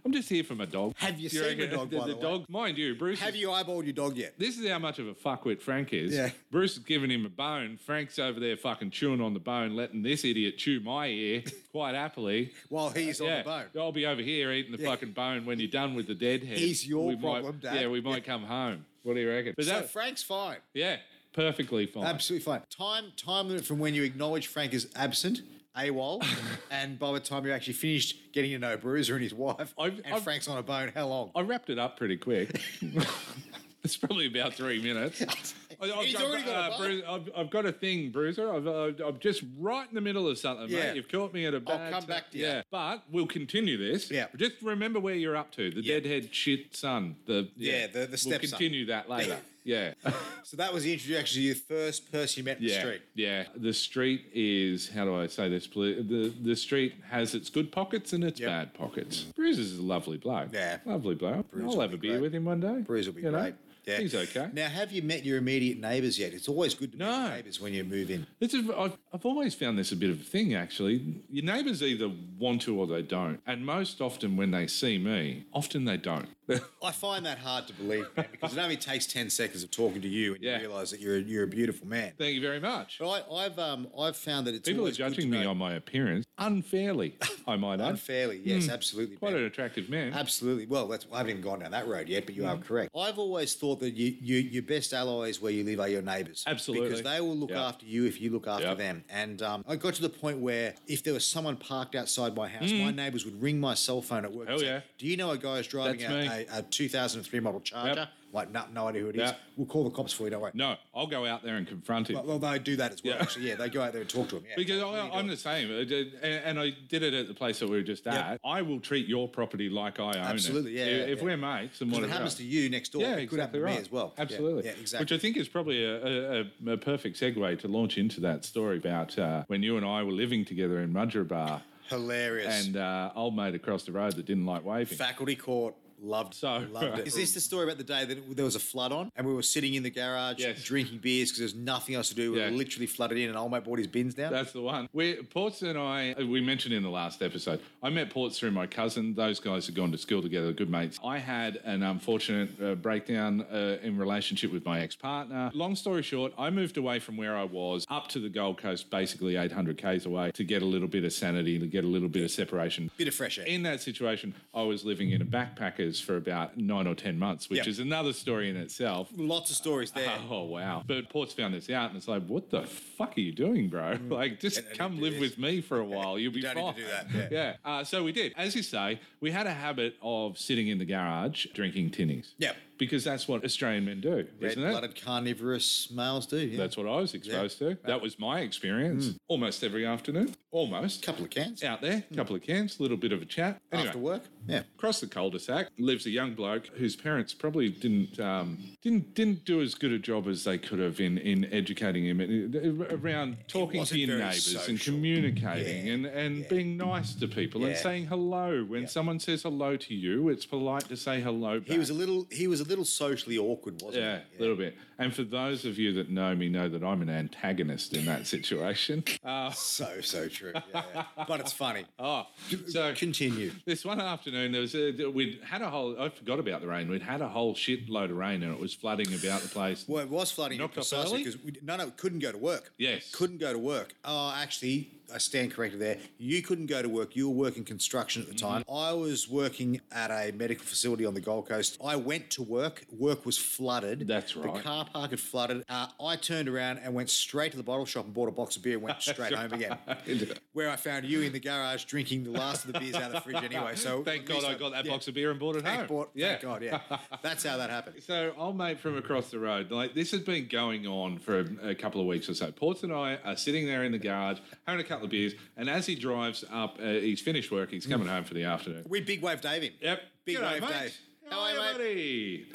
I'm just here for my dog. Have you Do seen my reckon- dog, The, by the way? dog, mind you, Bruce. Have is- you eyeballed your dog yet? This is how much of a fuckwit Frank is. Yeah. Bruce is giving him a bone. Frank's over there fucking chewing on the bone, letting this idiot chew my ear quite happily. While he's on Uh, yeah, the bone. I'll be over here eating the Yeah. fucking bone when you're done with the deadhead. He's your problem, might, Dad. Yeah, we might come home. What do you reckon? But So that- Frank's fine. yeah, perfectly fine. Absolutely fine. Time time limit from when you acknowledge Frank is absent, AWOL, and by the time you're actually finished getting to know Bruiser and his wife, I've- and I've- Frank's on a bone, how long? I wrapped it up pretty quick. it's probably about three minutes. I- I've, He's I've- already got a uh, bone. Bruce- I've, I've got a thing, Bruiser. I've, uh, I've, I'm just right in the middle of something, Yeah. mate. You've caught me at a bad come ti- back to you. Yeah, but we'll continue this. Yeah. Just remember where you're up to. The Yeah. deadhead shit son. The Yeah, the- the We'll stepson. continue that later. yeah. So that was the introduction to your first person you met in Yeah, the street. yeah. The street is how do I say this? Poli- The the street has its good pockets and its Yep. bad pockets. Bruises is a lovely bloke. Yeah. lovely bloke. I'll will have a be beer great. with him one day. Bruiser will be You know? great. Yeah. He's okay. Now, have you met your immediate neighbours yet? It's always good to meet No. your neighbours when you move in. This is I've, I've always found this a bit of a thing actually. Your neighbours either want to or they don't, and most often when they see me, often they don't. I find that hard to believe, man, because it only takes 10 seconds of talking to you and Yeah. you realise that you're, you're a beautiful man. Thank you very much. But I, I've, um, I've found that it's People are always good to judging me know- on my appearance unfairly. I might add. unfairly. Yes, absolutely. Hmm. Quite Ben. an attractive man. Absolutely. Well, that's I haven't even gone down that road yet, but you Mm. are correct. I've always thought that you, you your best allies where you live are your neighbours. Absolutely. Because they will look Yeah. after you if you look after Yeah. them. And um, I got to the point where if there was someone parked outside my house, my neighbours would ring my cell phone at work. and Mm. Hell say, yeah. Do you know a guy who's driving a, That's a, a 2003 model Charger? Yep. Like, no, no idea who it is. Yeah. We'll call the cops for you. Don't worry. No, I'll go out there and confront him. Well, they do that as well. Yeah. Actually, yeah, they go out there and talk to him. Yeah. Because What do I, you I'm do? the same, I did- and, and I did it at the place that we were just at. I will treat your property like I own Absolutely, it. yeah, If, yeah, if yeah. we're mates and Because whatever, it happens else. to you next door. yeah, it exactly could happen right. to me as well. Yeah, Absolutely, Yeah, exactly. Which I think is probably a, a, a, a perfect segue to launch into that story about uh, when you and I were living together in Mudgerbar Hilarious. and uh, old mate across the road that didn't like waving. Faculty court. Loved So- loved it. Is this the story about the day that it- there was a flood on and we were sitting in the garage Yes. drinking beers because there's nothing else to do? We Yeah. were literally flooded in and old mate brought his bins down. That's the one. We Ports and I uh, we mentioned in the last episode. I met Ports through my cousin. Those guys had gone to school together, good mates. I had an unfortunate uh, breakdown uh, in relationship with my ex partner. Long story short, I moved away from where I was up to the Gold Coast, basically 800 k's away, to get a little bit of sanity, to get a little bit of separation. Bit of fresh air. In that situation, I was living in a backpackers for about nine or ten months, which Yep. is another story in itself. Lots of stories there. Oh wow! But Port's found this out, and it's like, what the fuck are you doing, bro? Mm. Like, just I need come to do live this. with me for a while. You'll be don't fine. need to do that, Yeah. Uh, so we did, as you say, we had a habit of sitting in the garage drinking tinnies. Yep. Because that's what Australian men do, isn't it? Red-blooded carnivorous males do. Yeah. Mm. That's what I was exposed to. That was my experience almost every afternoon. Almost. couple of cans Out there, Mm. couple of cans, a little bit of a chat. Anyway, after work. Yeah. across the cul-de-sac lives a young bloke whose parents probably didn't um, didn't didn't do as good a job as they could have in in educating him in- around talking to wasn't your very neighbours and social. communicating Yeah, and and being nice to people and Yeah. saying hello when someone says hello to you it's polite to say hello back. He was a little. He was a little socially awkward, wasn't Yeah, it? a little bit. And for those of you that know me, know that I'm an antagonist in that situation. Uh, So so true. Yeah, yeah. but it's funny. oh, so Continue. this one afternoon there was a, we'd had a whole. I forgot about the rain. We'd had a whole shitload of rain, and it was flooding about the place. Well, it was flooding Knocked off precisely early? because we, no, no, couldn't go to work. Yes. couldn't go to work. Oh, actually, I stand corrected there. You couldn't go to work. You were working construction at the time. Mm-hmm. I was working at a medical facility on the Gold Coast. I went to work. Work was flooded. That's The right. car park had flooded. Uh, I turned around and went straight to the bottle shop and bought a box of beer and went straight home again. Where I found you in the garage drinking the last of the beers out of the fridge anyway. So Thank at God least I got that yeah, box of beer and bought it Thank, home. bought- yeah. thank God, yeah. That's how that happened. So, old mate from across the road, like this has been going on for a, a couple of weeks or so. Ports and I are sitting there in the garage having a couple of beers, and as he drives up, uh, he's finished work, he's coming home for the afternoon. We big wave Dave him. Yep. Big G'day, wave Dave. How are you, G'day, buddy?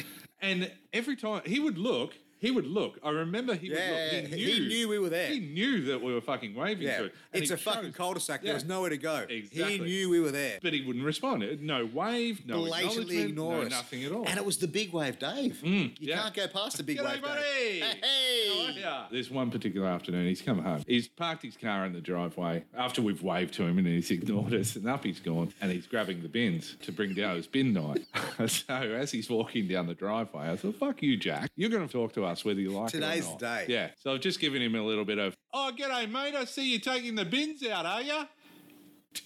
And every time he would look, he would look. I remember he Yeah, would look. yeah, he knew we were there. He knew that we were fucking waving to Yeah, him. and it's he a fucking chose- cul-de-sac. Yeah. There was nowhere to go. Exactly. He knew we were there. But he wouldn't respond. No wave, no Blatantly acknowledgement, ignore no us. nothing at all. Mm, And it was the big wave, Dave. you yeah. can't go past the big G'day, wave, buddy. Dave. Hey, hey. Yeah. There's one particular afternoon, he's come home. He's parked his car in the driveway after we've waved to him and he's ignored us, and up he's gone and he's grabbing the bins to bring down his bin night. so as he's walking down the driveway, I thought, fuck you, Jack. You're going to talk to us whether you like Today's it or not. the day. Yeah. So I've just given him a little bit of, oh, g'day, mate. I see you taking the bins out, are you?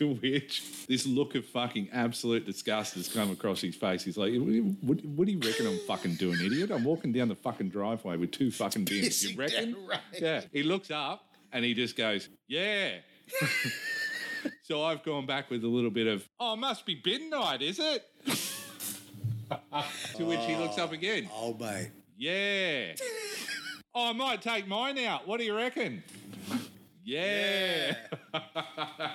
To which this look of fucking absolute disgust has come across his face. He's like, what, what do you reckon I'm fucking doing, idiot? I'm walking down the fucking driveway with two fucking bins. Pissing You reckon? down rain. Yeah. He looks up and he just goes, yeah. so I've gone back with a little bit of, oh, must be bin night, is it? to which he looks up again, Oh, mate. yeah. oh, I might take mine out. What do you reckon? Yeah.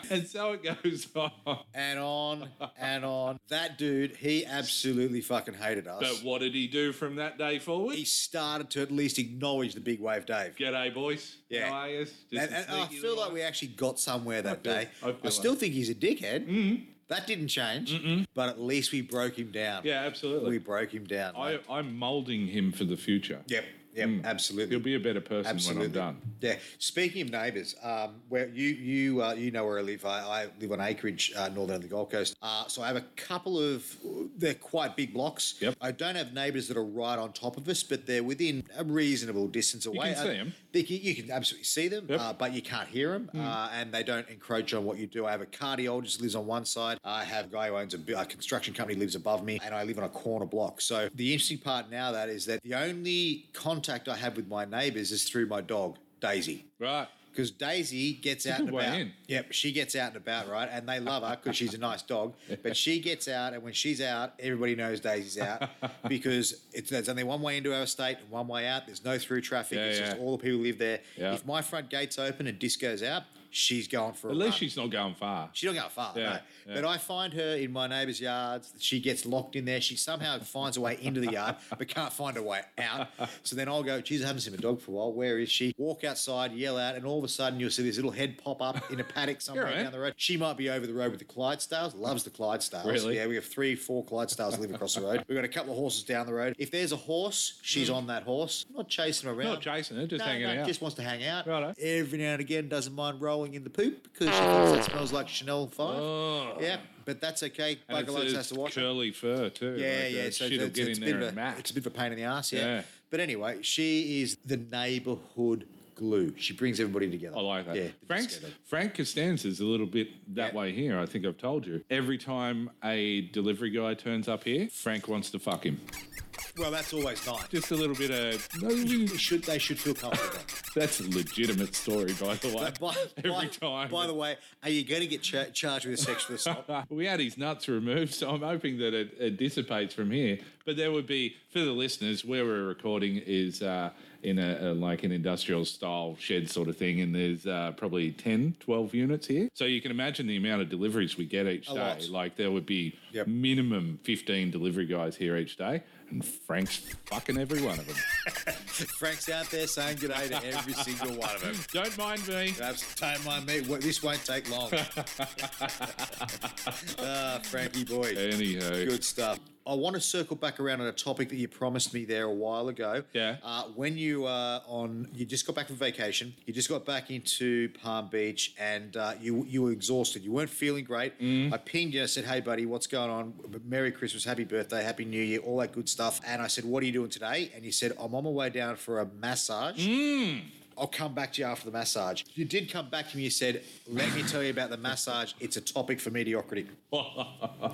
and so it goes on. And on and on. That dude, he absolutely fucking hated us. But what did he do from that day forward? he started to at least acknowledge the big wave, Dave. G'day, boys. Yeah. How are yous? Just And, a and I sneaky feel little- like we actually got somewhere that feel- day. I I, feel still think he's a dickhead. Mm-hmm. That didn't change, but at least we broke him down. Yeah, absolutely. we broke him down. I, Mm. mate. I'm moulding him for the future. yep, yep, absolutely. He'll be a better person Absolutely. when I'm done. Yeah. Speaking of neighbours, um, where you you uh, you know where I live. I, I live on acreage, uh, northern of the Gold Coast. Uh, so I have a couple of they're quite big blocks. Yep. I don't have neighbours that are right on top of us, but they're within a reasonable distance can away. Uh, see 'em. They, can- you can absolutely see them, Yep. uh, but you can't hear them, uh, and they don't encroach on what you do. I have a cardiologist who lives on one side. I have a guy who owns a, bu- a construction company lives above me, and I live on a corner block. So the interesting part now of that is that the only contact I have with my neighbours is through my dog Daisy. Right. Because Daisy gets out good and way about. in. Yep, she gets out and about, right? And they love her because she's a nice dog. But she gets out, and when she's out, everybody knows Daisy's out because it's, there's only one way into our estate and one way out. There's no through traffic. Yeah, it's yeah. just all the people who live there. Yeah. If my front gate's open and Disco's out, she's going for a At least run. she's not going far. She don't go far, Yeah, no. yeah. But I find her in my neighbour's yards. She gets locked in there. She somehow finds a way into the yard, but can't find a way out. So then I'll go, geez, I haven't seen my dog for a while. Where is she? Walk outside, yell out, and all of a sudden you'll see this little head pop up in a paddock somewhere Alright. down the road. She might be over the road with the Clydesdales. Loves the Clydesdales. Really? Yeah, we have three, four Clydesdales live across the road. We've got a couple of horses down the road. If there's a horse, she's on that horse. not chasing around. Hmm. Not chasing her, just No, hanging no, out. Just wants to hang out. Righto. Every now and again, doesn't mind rolling in the poop because she thinks that smells like Chanel Five. Oh. Yeah, but that's okay. And it's- Bugger Logs has it's to wash. it. curly fur too. Yeah, like, yeah. uh, So shit'll it's, get it's in a bit there of and a, mat. it's a bit of a pain in the ass. Yeah. Yeah. But anyway, she is the neighbourhood glue. She brings everybody together. I like that. Yeah. Frank's, Disco. Frank Costanza's a little bit that Yeah. way here. I think I've told you. Every time a delivery guy turns up here, Frank wants to fuck him. Well, that's always nice. Just a little bit of. They should they should feel comfortable. That's a legitimate story, by the way. But by, Every by- time. By the way, are you going to get cha- charged with a sexual assault? we had his nuts removed, so I'm hoping that it, it dissipates from here. But there would be, for the listeners, where we're recording is uh, in a, a like an industrial style shed sort of thing, and there's uh, probably 10, 12 units here. So you can imagine the amount of deliveries we get each A day. lot. Like there would be Yep. minimum 15 delivery guys here each day, and Frank's fucking every one of them. Frank's out there saying good day to every single one of them. Don't mind me. Perhaps don't mind me. Well, This won't take long. ah, Frankie boy. Anyhow, Good stuff. I want to circle back around on a topic that you promised me there a while ago. Yeah. Uh, when you uh, on, you just got back from vacation. You just got back into Palm Beach, and uh, you you were exhausted. You weren't feeling great. I pinged you. I said, "Hey, buddy, what's going on? Merry Christmas, Happy Birthday, Happy New Year, all that good stuff." And I said, "What are you doing today?" And you said, "I'm on my way down for a massage." I'll come back to you after the massage. You did come back to me. You said, "Let me tell you about the massage. It's a topic for mediocrity."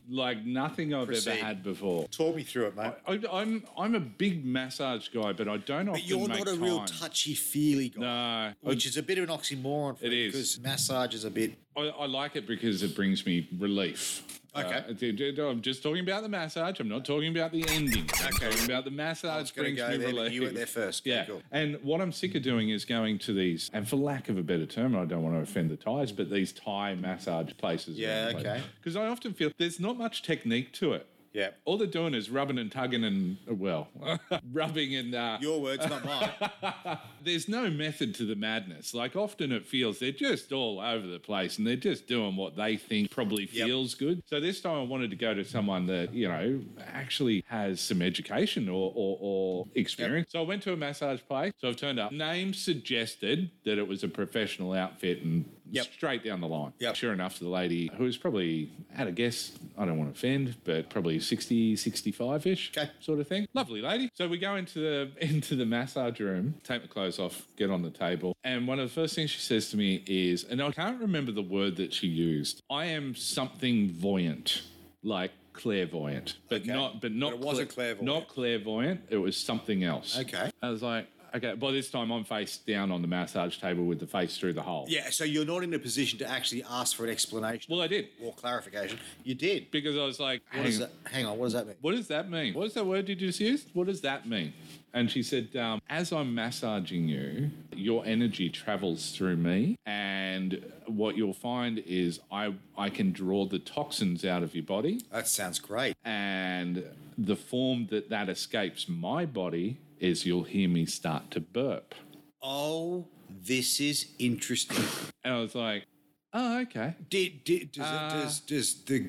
like nothing I've Proceed. ever had before. Talk me through it, mate. I, I'm I'm a big massage guy, but I don't often But you're make not a real time. touchy feely guy. No, Which is a bit of an oxymoron for It me is. because massage is a bit. I, I like it because it brings me relief. Okay. Uh, d- d- d- I'm just talking about the massage. I'm not talking about the ending. I'm talking about the massage gonna brings go me there, but relief. you went there first. Okay, Yeah. cool. And what I'm sick of doing is going to these, and for lack of a better term, I don't want to offend the Thais, but these Thai massage places. Yeah, okay. Because I often feel there's not much technique to it. Yeah. All they're doing is rubbing and tugging and, well, rubbing and uh, Your words, not mine. there's no method to the madness. Like often it feels they're just all over the place and they're just doing what they think probably Yep. feels good. So this time I wanted to go to someone that, you know, actually has some education or, or, or experience. So I went to a massage place. So I've turned up. Name suggested that it was a professional outfit and Yep. straight down the line. Yep. Sure enough, the lady who was probably, had a guess, I don't want to offend, but probably 60, 65 ish Okay. sort of thing. Lovely lady. So we go into the into the massage room, take my clothes off, get on the table, and one of the first things she says to me is, and I can't remember the word that she used. I am something voyant, like clairvoyant, but Okay. not but not But it wasn't clairvoyant. Not clairvoyant. It was something else. Okay. I was like. Okay, by this time I'm face down on the massage table with the face through the hole. Yeah, so you're not in a position to actually ask for an explanation Well, I did or clarification. You did. because I was like, What hang is on. that? Hang on, what does that mean? What does that mean? What is that word you just used? What does that mean? And she said, um, as I'm massaging you, your energy travels through me. And what you'll find is I, I can draw the toxins out of your body. That sounds great. And the form that that escapes my body is you'll hear me start to burp. Oh, this is interesting. And I was like, oh, okay. Did, did, does, Uh. it, does, does the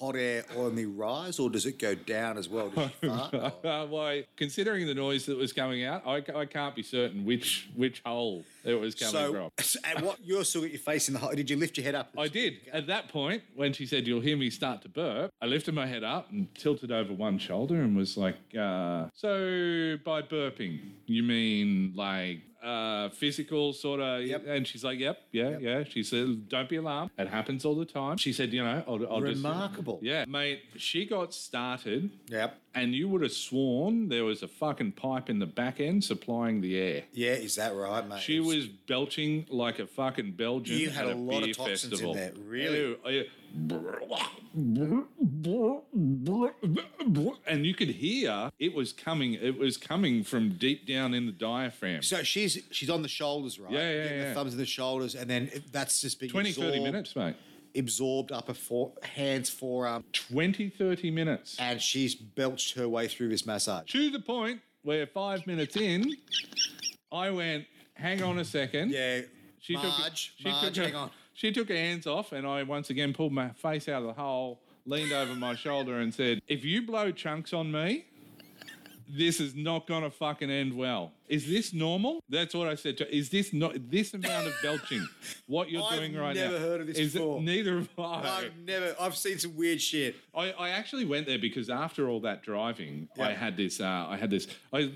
hot air only rise or does it go down as well? Does it fart? Uh, why, considering the noise that was coming out, I, ca- I can't be certain which which hole it was coming so, from. at what you're still got your face in the hot. Did you lift your head up? I did. At that point, when she said, You'll hear me start to burp, I lifted my head up and tilted over one shoulder and was like, uh, So by burping, you mean like uh, physical sort of? Yep. And she's like, Yep, yeah, yeah. She said, Don't be alarmed. It happens all the time. She said, You know, I'll, I'll just. Remarkable. Yeah, mate, she got started. Yep. And you would have sworn there was a fucking pipe in the back end supplying the air. Yeah, is that right, mate? She was belching like a fucking Belgian. You had at a lot of beer toxins in festival. there, really. Ew, ew. And you could hear it was coming. It was coming from deep down in the diaphragm. So she's she's on the shoulders, right? Yeah, yeah, Getting yeah. The thumbs in the shoulders, and then it- that's just being 20, absorbed, 30 minutes, mate. absorbed upper fore, hands, forearm, 20, 30 minutes. and she's belched her way through this massage. To the point where five minutes in, I went, hang on a second. Yeah, She took- Marge, she took, Marge, her, hang on. She took her hands off, and I once again pulled my face out of the hole, leaned over my shoulder, and said, "If you blow chunks on me." This is not gonna fucking end well. Is this normal? That's what I said to her. Is this not this amount of belching? What you're I've doing right now? never heard of this is it- before. neither have I. I've never. I've seen some weird shit. I, I actually went there because after all that driving, I Yeah. had this. Uh, I had this. I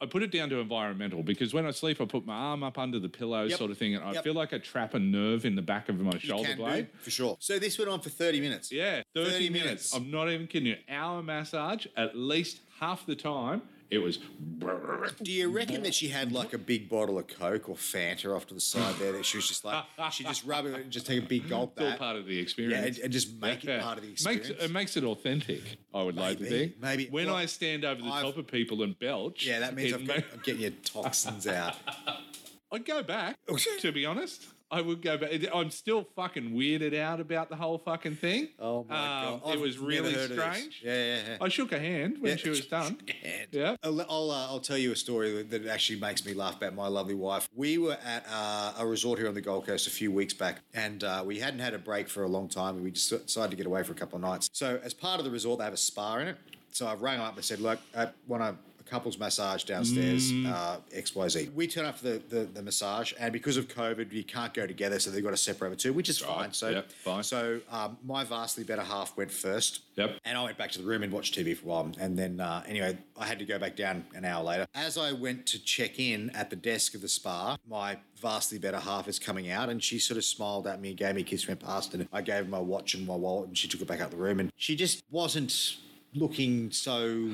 I put it down to environmental because when I sleep, I put my arm up under the pillow, Yep. sort of thing, and I Yep. feel like I trap a nerve in the back of my shoulder Can do, blade. for sure. So this went on for thirty minutes. Yeah, 30, 30 minutes. minutes. I'm not even kidding you. Hour massage, at least half the time, it was. Do you reckon that she had like a big bottle of Coke or Fanta off to the side there that she was just like she just rub it and just take a big gulp All that part of the yeah, experience. and, and just make it Yeah. part of the makes, experience. it makes it authentic. I would like to Maybe, think. maybe. when Well, I stand over the I've- top of people and belch, yeah, that means it I've got, ma- I'm getting your toxins out. I'd go back, to be honest. I would go back. I'm still fucking weirded out about the whole fucking thing. Oh my Um, god, It was really strange. Yeah, yeah, yeah. I shook her hand when Yeah. she was done. And Yeah. I'll, I'll, uh, I'll tell you a story that- that actually makes me laugh about my lovely wife. We were at uh, a resort here on the Gold Coast a few weeks back, and uh, we hadn't had a break for a long time, and we just decided to get away for a couple of nights. So, as part of the resort, they have a spa in it. So I rang up and said, look, I want a, a couple's massage downstairs, Mm. uh, XYZ. We turn up for the, the, the massage, and because of COVID, you can't go together, so they've got to separate the two, which is fine. right. So, Yep, fine. so um, my vastly better half went first. Yep. And I went back to the room and watched TV for a while. And then, uh, anyway, I had to go back down an hour later. As I went to check in at the desk of the spa, my vastly better half is coming out and she sort of smiled at me and gave me a kiss, went past. And I gave her my watch and my wallet and she took it back out the room. And she just wasn't looking so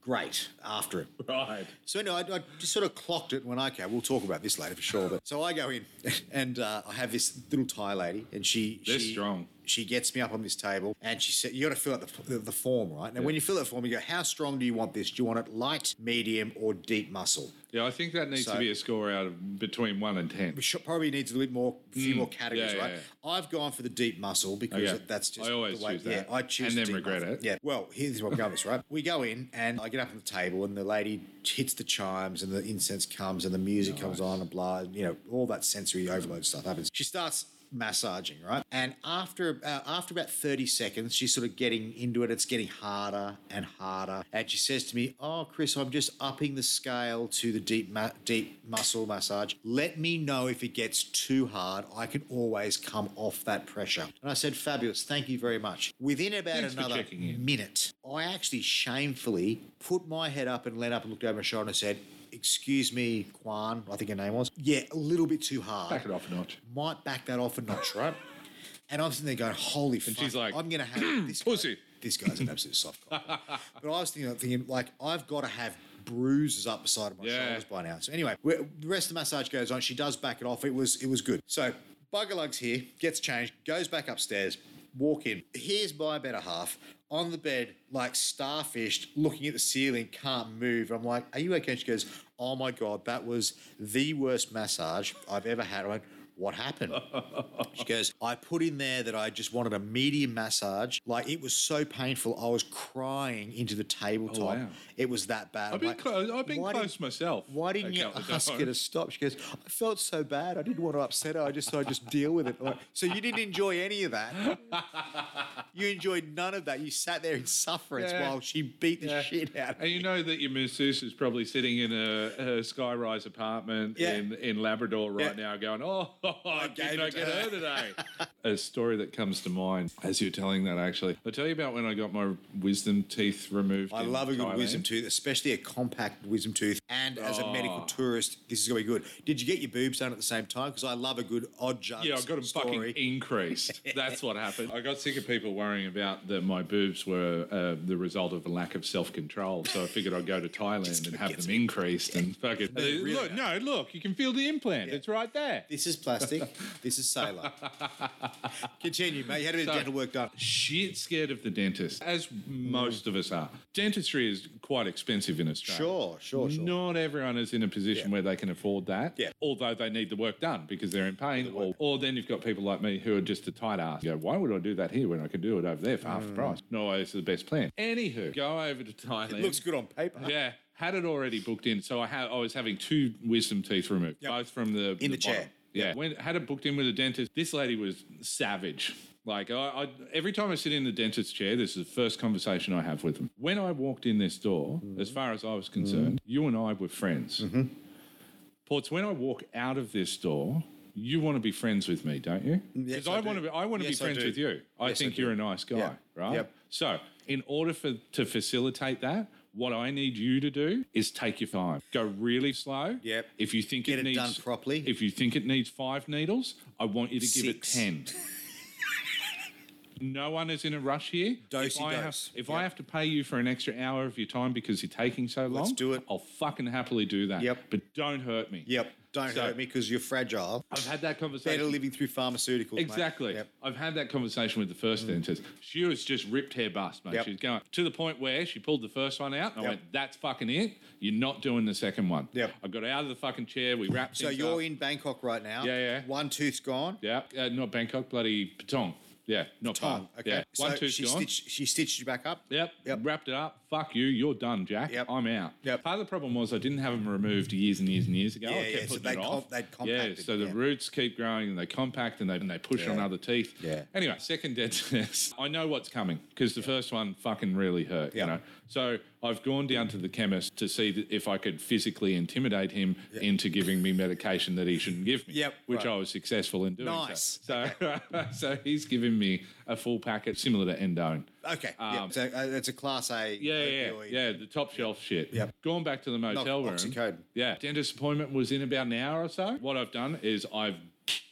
great after it. Right. So anyway, I, I just sort of clocked it and went, okay, we'll talk about this later for sure. But so I go in and uh, I have this little Thai lady, and she They're she, strong. She gets me up on this table, and she said, "You got to fill out the, the, the form, right?" And when you fill out the form, you go, "How strong do you want this? Do you want it light, medium, or deep muscle?" Yeah, I think that needs So- to be a score out of between one and ten. We should, probably needs a little bit more, few more categories, Mm. yeah, right? I've gone for the deep muscle because Okay. that's just I always the way. choose that. Yeah, I choose And then deep regret muscle. it. Yeah. Well, here's what I'm going with, right? We go in and I get up on the table and the lady hits the chimes and the incense comes and the music comes on and blah, you know, all that sensory overload stuff happens. She starts massaging, right? And after uh, after about 30 seconds, she's sort of getting into it. It's getting harder and harder. And she says to me, "Oh, Chris, I'm just upping the scale to the deep ma- deep muscle massage. Let me know if it gets too hard. I can always come off that pressure." And I said, "Fabulous. Thank you very much." Within about Thanks for another checking in. minute, I actually shamefully put my head up and leaned up and looked over my shoulder and said, Excuse me, Kwan, I think her name was. Yeah, a little bit too hard. Back it off a notch. Might back that off a notch, right? And I'm sitting there going, holy fuck. she's like, I'm going to have this "Pussy." Guy, this guy's an absolute soft cop. but I was thinking, thinking, like, I've got to have bruises up the side of my Yeah. shoulders by now. So anyway, we the rest of the massage goes on. She does back it off. It was it was good. So bugger lugs here, gets changed, goes back upstairs, walk in. Here's my better half on the bed, like starfished, looking at the ceiling, can't move. I'm like, are you okay? She goes, oh my god, that was the worst massage I've ever had. I went, what happened? She goes, I put in there that I just wanted a medium massage. Like it was so painful, I was crying into the tabletop. Oh, wow. It was that bad. I've I'm been like, close. I've been "Why close didn't- myself. Why didn't a you couple of ask her times. to stop? She goes, I felt so bad. I didn't want to upset her. I just thought I'd just deal with it. I'm like, so you didn't enjoy any of that. you enjoyed none of that. You sat there in sufferance Yeah. while she beat the Yeah. shit out of And you know that your masseuse is probably sitting in a, a skyrise apartment Yeah. in, in Labrador right Yeah. now going, oh, I gave did I it to get her her." today? a story that comes to mind as you're telling that, actually. I'll tell you about when I got my wisdom teeth removed. I in love a good Thailand. Oh. wisdom tooth, especially a compact wisdom tooth. And as a medical tourist, this is going to be good. Did you get your boobs done at the same time? Because I love a good odd judge Yeah, I got them story. fucking increased. That's what happened. I got sick of people worrying about that my boobs were uh, the result of a lack of self control. So I figured I'd go to Thailand and have them increased and fucking. They really look, no, look, you can feel the implant. It's right there. This is plastic. this is sailor. Continue, mate. You had a bit of So- dental work done. Shit scared of the dentist, as most of us are. Dentistry is quite expensive in Australia. Sure, sure, sure. Not everyone is in a position where they can afford that. Yeah. Although they need the work done because they're in pain. Or, or then you've got people like me who are just a tight ass. You go, why would I do that here when I could do it over there for half Mm. the price? No, it's the best plan. Anywho, go over to Thailand. Looks good on paper. Yeah. Had it already booked in. So I had I was having two wisdom teeth removed, both from the in the chair. Yeah. When had it booked in with a dentist, this lady was savage. Like I, I every time I sit in the dentist's chair, this is the first conversation I have with them. When I walked in this door, Mm-hmm. as far as I was concerned, you and I were friends. Ports, when I walk out of this door, you want to be friends with me, don't you? yes, I, I want to do. be I want to Yes, be I friends do. with you. I Yes, I think do. you're a nice guy, Yeah. right? Yep. So, in order for to facilitate that, what I need you to do is take your time. Go really slow. Yep. If you think Get it it needs done properly. If you think it needs five needles, I want you to give Six. it ten. No one is in a rush here. if Dosey I, have, dose. if Yep. I have to pay you for an extra hour of your time because you're taking so long, do it. I'll fucking happily do that. Yep. But don't hurt me. Yep. Don't So- hurt me because you're fragile. I've had that conversation. Better living through pharmaceuticals. mate. Exactly. Yep. Mm. I've had that conversation with the first dentist. She was just ripped hair bust, mate. Yep. She was going to the point where she pulled the first one out and I Yep. went, That's fucking it. You're not doing the second one. Yep. I got out of the fucking chair. We wrapped So things you're up. in Bangkok right now. Yeah, yeah. One tooth's gone. Yeah. Uh, not Bangkok, bloody Patong. Yeah. Not Tongue. Patong. Okay. Oh, Yeah. So one tooth she gone. stitched she stitched you back up. Yep. Yep. Wrapped it up. fuck you, you're done, Jack. Yep. I'm out. Yep. Part of the problem was I didn't have them removed years and years and years ago. I Yeah, kept yeah, so putting they it com- off. they yeah, compacted, so the yeah. roots keep growing and they compact and they, and they push on Yeah. other teeth. Yeah. Anyway, second dead test. I know what's coming because the first one fucking really hurt, Yeah. you know. So I've gone down to the chemist to see that if I could physically intimidate him into giving me medication that he shouldn't give me. Yep, Which right. I was successful in doing. so. Nice. So, so he's given me a full packet similar to endone. Okay. yeah. Um, So uh, it's a class A. Yeah, yeah, opioid. yeah, the top shelf shit. Yep. Going back to the motel room. oxycodone. Yeah, dentist appointment was in about an hour or so. What I've done is I've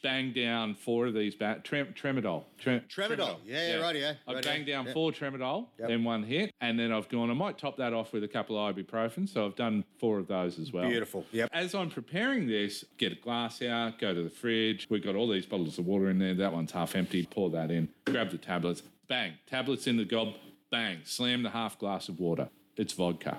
banged down four of these bat trem- tremadol. Tre- Tramadol. Yeah, yeah, rightio, I've rightio. banged down eh. Yeah. four tremadol Yep. in one hit, and then I've gone. I might top that off with a couple of ibuprofen. So I've done four of those as well. Beautiful. Yep. As I'm preparing this, get a glass out, go to the fridge. We've got all these bottles of water in there. That one's half empty. Pour that in. Grab the tablets. Bang. Tablets in the gob. Bang. Slam the half glass of water. It's vodka.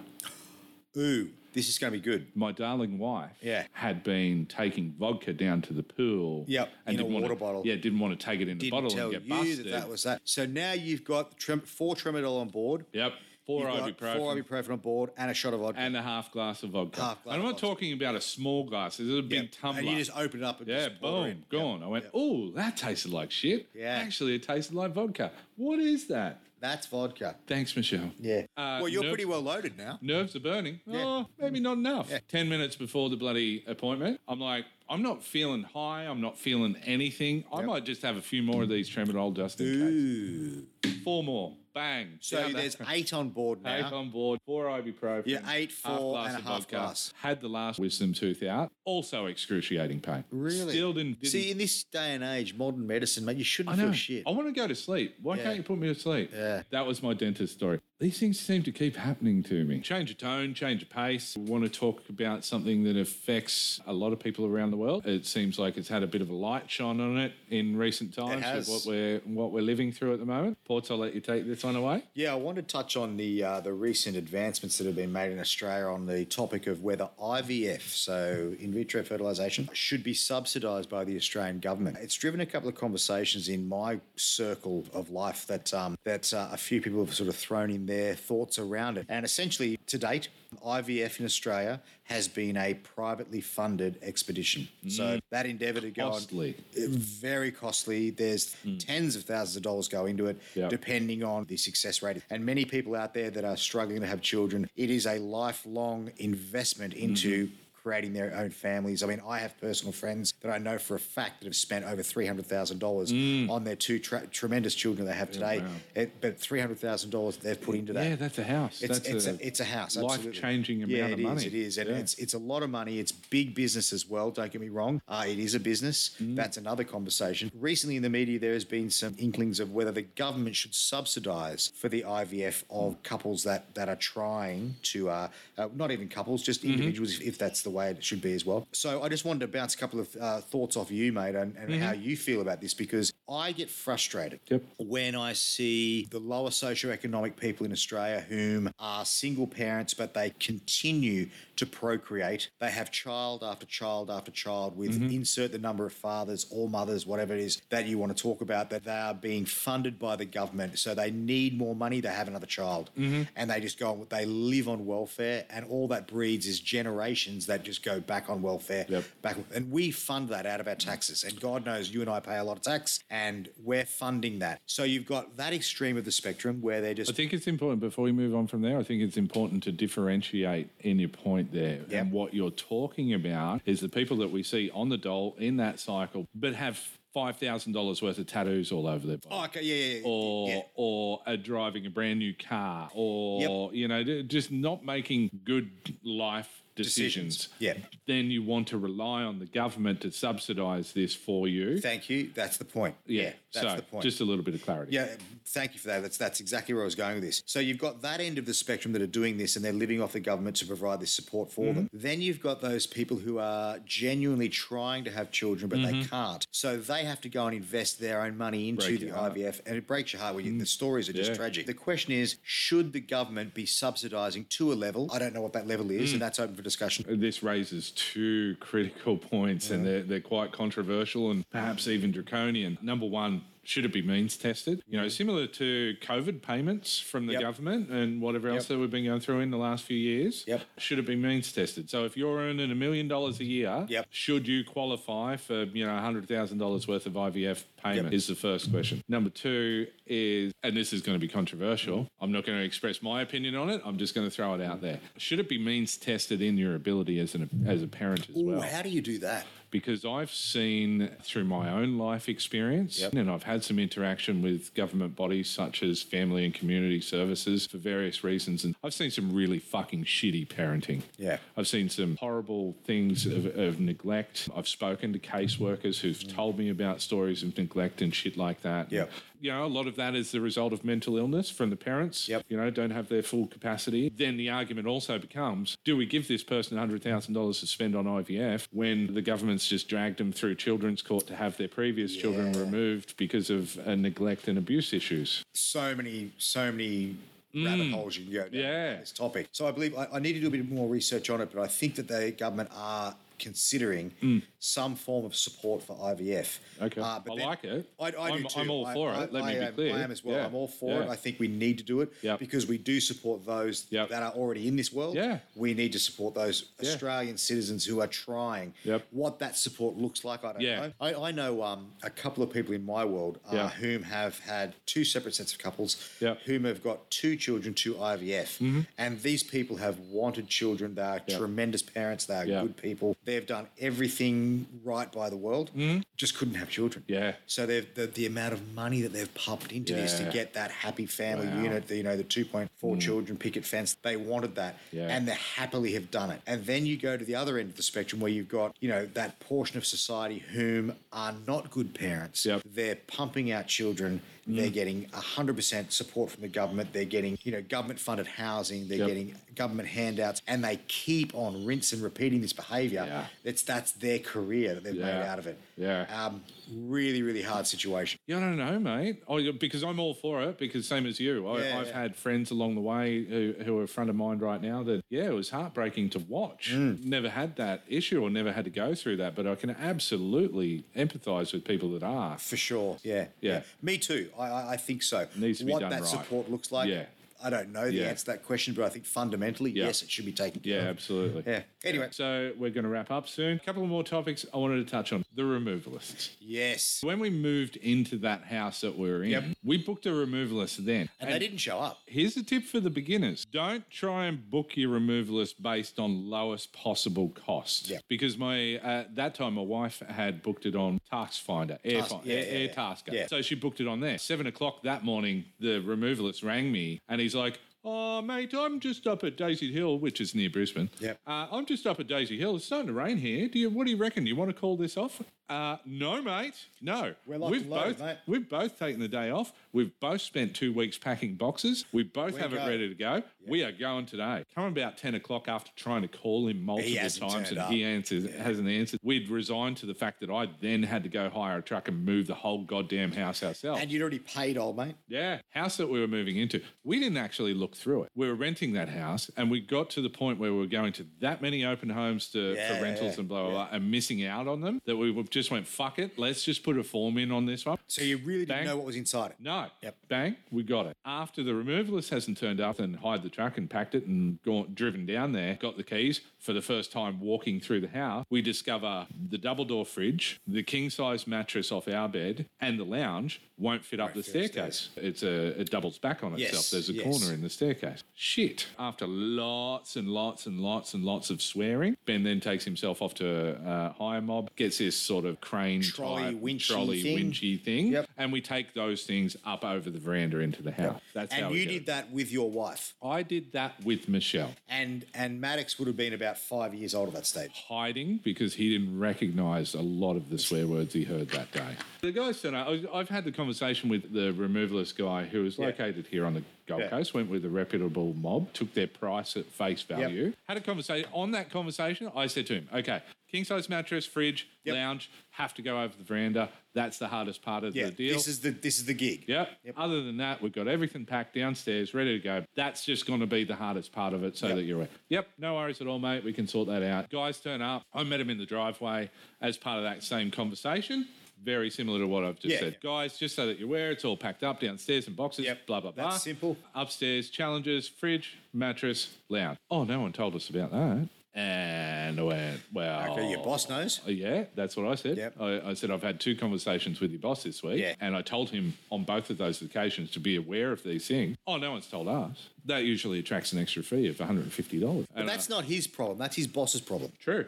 Ooh, this is going to be good. My darling wife Yeah. had been taking vodka down to the pool. Yep, in a didn't water want to, bottle. Yeah, didn't want to take it in the Didn't bottle tell and get you busted. that that was that. So now you've got trem- four Tremadol on board. yep. Four You've got ibuprofen. four ibuprofen on board and a shot of vodka. and a half glass of vodka. Half glass and I'm of not vodka. talking about a small glass. This is a big Yep. tumbler. And you just open it up and Yeah, just pour boom, it in. gone. I went, oh, that tasted like shit. Yeah. Actually, it tasted like vodka. What is that? That's vodka. Thanks, Michelle. Yeah. Uh, well, you're nerves- pretty well loaded now. Nerves are burning. Yeah. Oh, maybe not enough. 10 minutes before the bloody appointment, I'm like, I'm not feeling high. I'm not feeling anything. I might just have a few more of these Tremadol just in Ooh. case. Four more. Bang. So Down that- there's eight on board now. Eight on board, four ibuprofen. Yeah, eight, four, and a half glass. Had the last wisdom tooth out. Also excruciating pain. Really? Still didn't. didn't See, in this day and age, modern medicine, mate, you I shouldn't know. feel shit. I want to go to sleep. Why Yeah. can't you put me to sleep? Yeah. That was my dentist story. These things seem to keep happening to me. Change of tone, change of pace. We want to talk about something that affects a lot of people around the world. It seems like it's had a bit of a light shone on it in recent times with has. what we're what we're living through at the moment. Ports, I'll let you take this one away. Yeah, I want to touch on the uh, the recent advancements that have been made in Australia on the topic of whether IVF, so in vitro fertilisation, should be subsidised by the Australian government. It's driven a couple of conversations in my circle of life that um, that uh, a few people have sort of thrown in their thoughts around it. And essentially, to date, IVF in Australia has been a privately funded expedition. So that endeavour to go on Costly. very costly. There's tens of thousands of dollars go into it, Mm. Yeah. depending on the success rate. And many people out there that are struggling to have children, it is a lifelong investment Mm-hmm. into. Creating their own families. I mean, I have personal friends that I know for a fact that have spent over three hundred thousand dollars Mm. on their two tra- tremendous children they have today. It- but three hundred thousand dollars they've put into that. Yeah, that's a house. It's, that's it's, a, it's a house. absolutely. life-changing amount yeah, of it is, money. It is, and Yeah. it's it's a lot of money. It's big business as well. Don't get me wrong. Uh, it is a business. Mm. That's another conversation. Recently in the media, there has been some inklings of whether the government should subsidise for the IVF of couples that that are trying to, uh, uh, not even couples, just Mm-hmm. individuals, if, if that's the way it should be as well. So I just wanted to bounce a couple of uh, thoughts off you, mate, and, and how you feel about this because I get frustrated Mm-hmm. Yep. when I see the lower socioeconomic people in Australia whom are single parents but they continue to procreate. They have child after child after child with Mm-hmm. insert the number of fathers or mothers, whatever it is that you want to talk about, that they are being funded by the government. So they need more money, they have another child. Mm-hmm. And they just go on, they live on welfare, and all that breeds is generations that just go back on welfare Yep. back and we fund that out of our taxes and god knows you and i pay a lot of tax and we're funding that so you've got that extreme of the spectrum where they're just I think it's important before we move on from there. I think it's important to differentiate in your point there. Yep. And what you're talking about is the people that we see on the dole in that cycle, but have five thousand dollars worth of tattoos all over their body. oh, okay yeah yeah yeah, or yeah. or are driving a brand new car, or you know, d- just not making good life Decisions. decisions. Yeah. Then you want to rely on the government to subsidise this for you. thank you that's the point that's so the point just a little bit of clarity. Yeah, thank you for that. That's that's exactly where I was going with this. So you've got that end of the spectrum that are doing this and they're living off the government to provide this support Mm-hmm. for them. Then you've got those people who are genuinely trying to have children but they can't. So they have to go and invest their own money into Mm-hmm. Break the your heart. Mm. IVF and it breaks your heart when you, the stories are just Yeah. tragic. The question is, should the government be subsidizing to a level? I don't know what that level Mm. is and that's open for discussion. this raises two critical points, and they're, they're quite controversial and perhaps even draconian. Number one, Should it be means tested? You know, similar to COVID payments from the Yep. government and whatever else Yep. that we've been going through in the last few years. Yep. Should it be means tested? So if you're earning a million dollars a year, Yep. should you qualify for, you know, hundred thousand dollars worth of IVF payment Yep. is the first question. Number two is and this is going to be controversial. I'm not going to express my opinion on it. I'm just going to throw it out there. Should it be means tested in your ability as an as a parent as Ooh, well? how do you do that? because I've seen through my own life experience, Yep. and I've had some interaction with government bodies such as Family and Community Services for various reasons, and I've seen some really fucking shitty parenting. Yeah. I've seen some horrible things of, of neglect. I've spoken to caseworkers who've told me about stories of neglect and shit like that. Mm. Yep. You know, a lot of that is the result of mental illness from the parents. Yep. You know, don't have their full capacity. Then the argument also becomes do we give this person $100,000 to spend on IVF when the government's just dragged them through children's court to have their previous children Yeah. removed because of uh, neglect and abuse issues? so many, so many rabbit holes you can go down Mm. Yeah. on this topic. So I believe I, I need to do a bit more research on it, but I think that the government are considering some form of support for IVF. Mm. Okay. I Uh, then- like it. I, I I'm- do too. I'm all I- for I- it, let I me be am, clear. I am as well. Yeah. I'm all for it. Yeah. I think we need to do it Yep. because we do support those Yep. that are already in this world. Yeah. We need to support those Yeah. Australian citizens who are trying. Yep. What that support looks like, I don't Yeah. know. I, I know um, a couple of people in my world uh, Yeah. whom have had two separate sets of couples Yep. whom have got two children, two IVF. Mm-hmm. And these people have wanted children. They are Yep. tremendous parents. They are Yeah. good people. They've done everything right by the world, just couldn't have children. Mm-hmm. Yeah. So they've, the, the amount of money that they've pumped into this to Yeah. get that happy family Wow. Mm. unit, the, you know, the 2.4 children picket fence, they wanted that. Yeah. And they happily have done it. And then you go to the other end of the spectrum where you've got, you know, that portion of society whom are not good parents. Yep. Mm. They're pumping out children. They're getting 100% support from the government. They're getting, you know, government funded housing. They're Yep. getting government handouts. And they keep on rinse and repeating this behavior. Yeah. It's, that's their career that they've made Yeah. out of it. Yeah. Um, really, really hard situation. Yeah, I don't know, mate. I, because I'm all for it. Because same as you, I, Yeah, I've yeah. had friends along the way who, who are a friend of mine right now. That yeah, it was heartbreaking to watch. Mm. Never had that issue or never had to go through that. But I can absolutely empathise with people that are. For sure. Yeah. Yeah. Me too. I- I, I think so. Needs to be what done that right. support looks like. Yeah. I don't know the Yeah. answer to that question, but I think fundamentally, Yeah. yes, it should be taken care Yeah, of. absolutely. Yeah. Anyway. So we're going to wrap up soon. A couple more topics I wanted to touch on the removalists. Yes. When we moved into that house that we were in, Yep. we booked a removalist then. And they didn't show up. Here's a tip for the beginners. Don't try and book your removalist based on lowest possible cost. Yeah. Because my uh, that time my wife had booked it on Task Finder, Air, Task- Fi- yeah, Air, yeah, Air yeah. Tasker. Yeah. So she booked it on there. Seven o'clock that morning, the removalist rang me and he's like, Oh, mate, I'm just up at Daisy Hill, which is near Brisbane. Yep. Uh, I'm just up at Daisy Hill. It's starting to rain here. Do you? What do you reckon? Do you want to call this off? Uh, no, mate. No. We're locked We've and loaded, both mate. We've both taken the day off. We've both spent two weeks packing boxes. We both have go. it ready to go. We are going today. Come about 10 o'clock after trying to call him multiple hasn't times turned and he answers, hasn't answered. We'd resigned to the fact that I then had to go hire a truck and move the whole goddamn house ourselves. And you'd already paid, old mate. Yeah, house that we were moving into. We didn't actually look through it. We were renting that house, and we got to the point where we were going to that many open homes to Yeah, for rentals yeah, and blah blah blah, and missing out on them. That we w- just went fuck it. Let's just put a form in on this one. So you really didn't Bang. know what was inside it. No. Yep. Bang, we got it. After the removalist hasn't turned up and hired the truck and packed it and gone, driven down there, got the keys for the first time walking through the house, we discover the double door fridge, the king size mattress off our bed, and the lounge won't fit up the fit upstairs. staircase. It's a, it doubles back on itself. Yes, There's a yes. corner in the staircase. Shit. After lots and lots and lots and lots of swearing, Ben then takes himself off to uh, hire mob, gets this sort of crane Trolley type, winchy trolley thing. winchy energy thing, Yep. and we take those things up over the veranda into the house. That's how And we you do did it. that with your wife. I did that with Michelle, And and Maddox would have been about five years old at that stage. hiding because he didn't recognise a lot of the swear words he heard that day. The guys said, I was- I've had the conversation with the removalist guy who is located here on the Gold Yeah. Coast, went with a reputable mob, took their price at face value. Had a conversation. On that conversation, I said to him, okay, king size mattress, fridge, Yep. lounge, have to go over the veranda. That's the hardest part of Yeah. the deal. This is the this is the gig. Yep. Other than that, we've got everything packed downstairs, ready to go. That's just going to be the hardest part of it, so that you're aware. Yep, no worries at all, mate. We can sort that out. Guys turn up. I met him in the driveway as part of that same conversation. very similar to what I've just Yeah. said. Guys, just so that you're aware, it's all packed up downstairs in boxes, Yep. blah, blah, blah. That's simple. Upstairs, challenges, fridge, mattress, lounge. Oh, no one told us about that. And I went, well. Okay, your boss knows. Uh, Yeah, that's what I said. Yep. I, I said I've had two conversations with your boss this week, Yeah. and I told him on both of those occasions to be aware of these things. Oh, no one's told us. That usually attracts an extra fee of one hundred and fifty dollars. But that's not his problem. That's his boss's problem. True.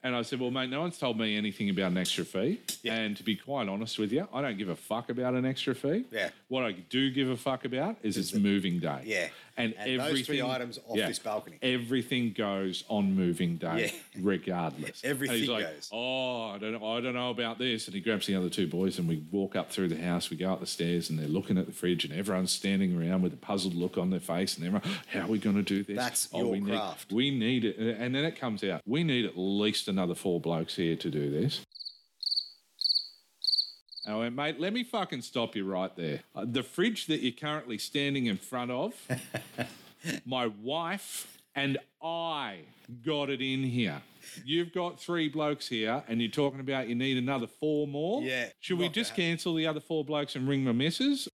And I said, well, mate, no one's told me anything about an extra fee. Yeah. And to be quite honest with you, I don't give a fuck about an extra fee. Yeah. What I do give a fuck about is it's moving day. Yeah. And, And those everything. three items off this balcony. Everything goes on moving day, Yeah. regardless. Yeah, everything and he's like, goes. Oh, I don't know. I don't know about this. And he grabs the other two boys, and we walk up through the house. We go up the stairs, and they're looking at the fridge, and everyone's standing around with a puzzled look on their face, and everyone, how are we going to do this? That's oh, your we need- craft. we need it. And then it comes out. We need at least another four blokes here to do this. And I went, mate, let me fucking stop you right there. Uh, The fridge that you're currently standing in front of, my wife and I got it in here. You've got three blokes here, and you're talking about you need another four more. Yeah, Should we not gonna just happen. cancel the other four blokes and ring my missus?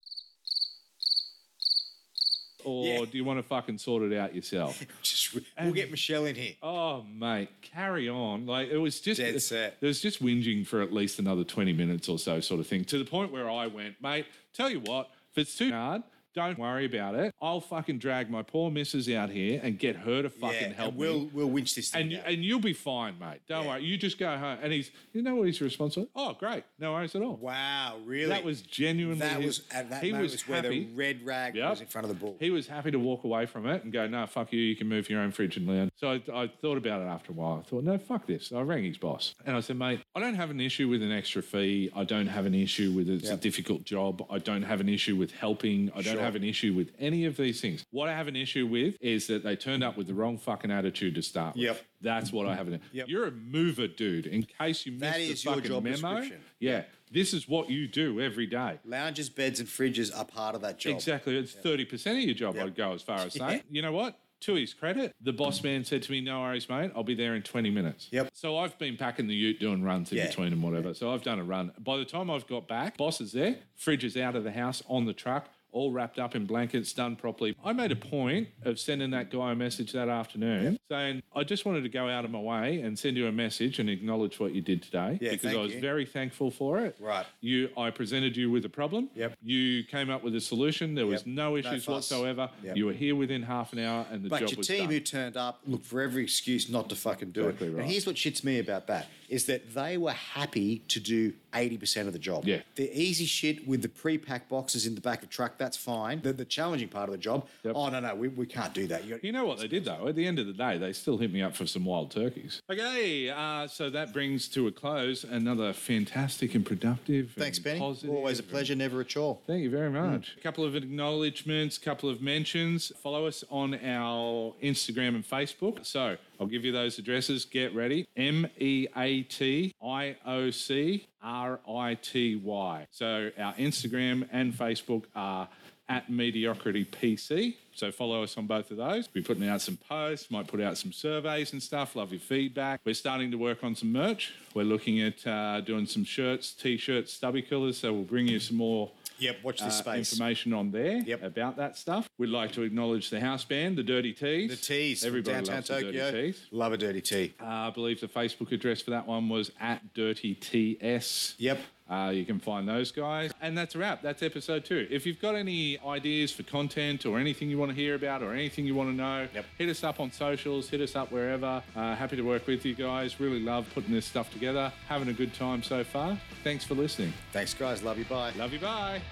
Or Yeah. do you want to fucking sort it out yourself? Just, we'll get Michelle in here. Oh mate, carry on. Like it was just Dead set. There was just whinging for at least another twenty minutes or so, sort of thing. To the point where I went, mate. Tell you what, if it's too hard, don't worry about it. I'll fucking drag my poor missus out here and get her to fucking yeah, help and we'll, me. We'll winch this thing And, you, down. and you'll be fine, mate. Don't Yeah. worry. You just go home. And he's, you know what his response was? Oh, great. No worries at all. wow, really? That was genuinely. That his- was at that he moment was was where happy. the red rag Yep. was in front of the ball. He was happy to walk away from it and go, no, fuck you, you can move your own fridge and lounge. So I, I thought about it after a while. I thought, no, fuck this. So I rang his boss and I said, mate, I don't have an issue with an extra fee. I don't have an issue with it's a Yep. difficult job. I don't have an issue with helping. I don't Sure. have an issue with any of these things. What I have an issue with is that they turned up with the wrong fucking attitude to start with. Yep. That's what I have. An, Yep. You're a mover, dude. In case you missed That the is your fucking job memo, description. yeah, this is what you do every day. Lounges, beds, and fridges are part of that job. Exactly. It's thirty percent of your job. I'd go as far as saying. You know what? To his credit, the boss man said to me, "No worries, mate. I'll be there in twenty minutes." Yep. So I've been packing the Ute, doing runs in Yeah. between and whatever. So I've done a run. By the time I've got back, boss is there, fridge is out of the house on the truck. All wrapped up in blankets, done properly. I made a point of sending that guy a message that afternoon saying, I just wanted to go out of my way and send you a message and acknowledge what you did today Yeah, because thank I was you. very thankful for it. Right. You, I presented you with a problem. Yep. You came up with a solution. There was Yep. no No issues fuss. whatsoever. Yep. You were here within half an hour, and the But job your was team done. who turned up looked for every excuse not to fucking do Exactly it. right. And here's what shits me about that is that they were happy to do 80% of the job. Yeah. The easy shit with the pre-packed boxes in the back of the truck, that's fine. The, the challenging part of the job, Yep. oh no, no, we, we can't do that. You- You know what they did though? At the end of the day, they still hit me up for some wild turkeys. Okay, uh, so that brings to a close another fantastic and productive. Thanks, and Benny. positive- Always a pleasure, never a chore. Thank you very much. A Hmm. couple of acknowledgements, couple of mentions. Follow us on our Instagram and Facebook. So I'll give you those addresses. Get ready. M E A T I O C R I T Y. So our Instagram and Facebook are at mediocrity pc so follow us on both of those we're putting out some posts might put out some surveys and stuff love your feedback we're starting to work on some merch we're looking at uh, doing some shirts t-shirts stubby killers so we'll bring you some more Yep, watch uh, this space. information on there Yep. about that stuff. We'd like to acknowledge the house band, the Dirty Tees. The teas from Everybody downtown loves Tokyo. the Dirty Tees. Love a dirty tea. Uh, I believe the Facebook address for that one was at Dirty TS. Yep. Uh, you can find those guys. And that's a wrap. That's episode two. If you've got any ideas for content or anything you want to hear about or anything you want to know, Yep. hit us up on socials, hit us up wherever. Uh, happy to work with you guys. Really love putting this stuff together. Having a good time so far. Thanks for listening. Thanks, guys. Love you. Bye. Love you. Bye.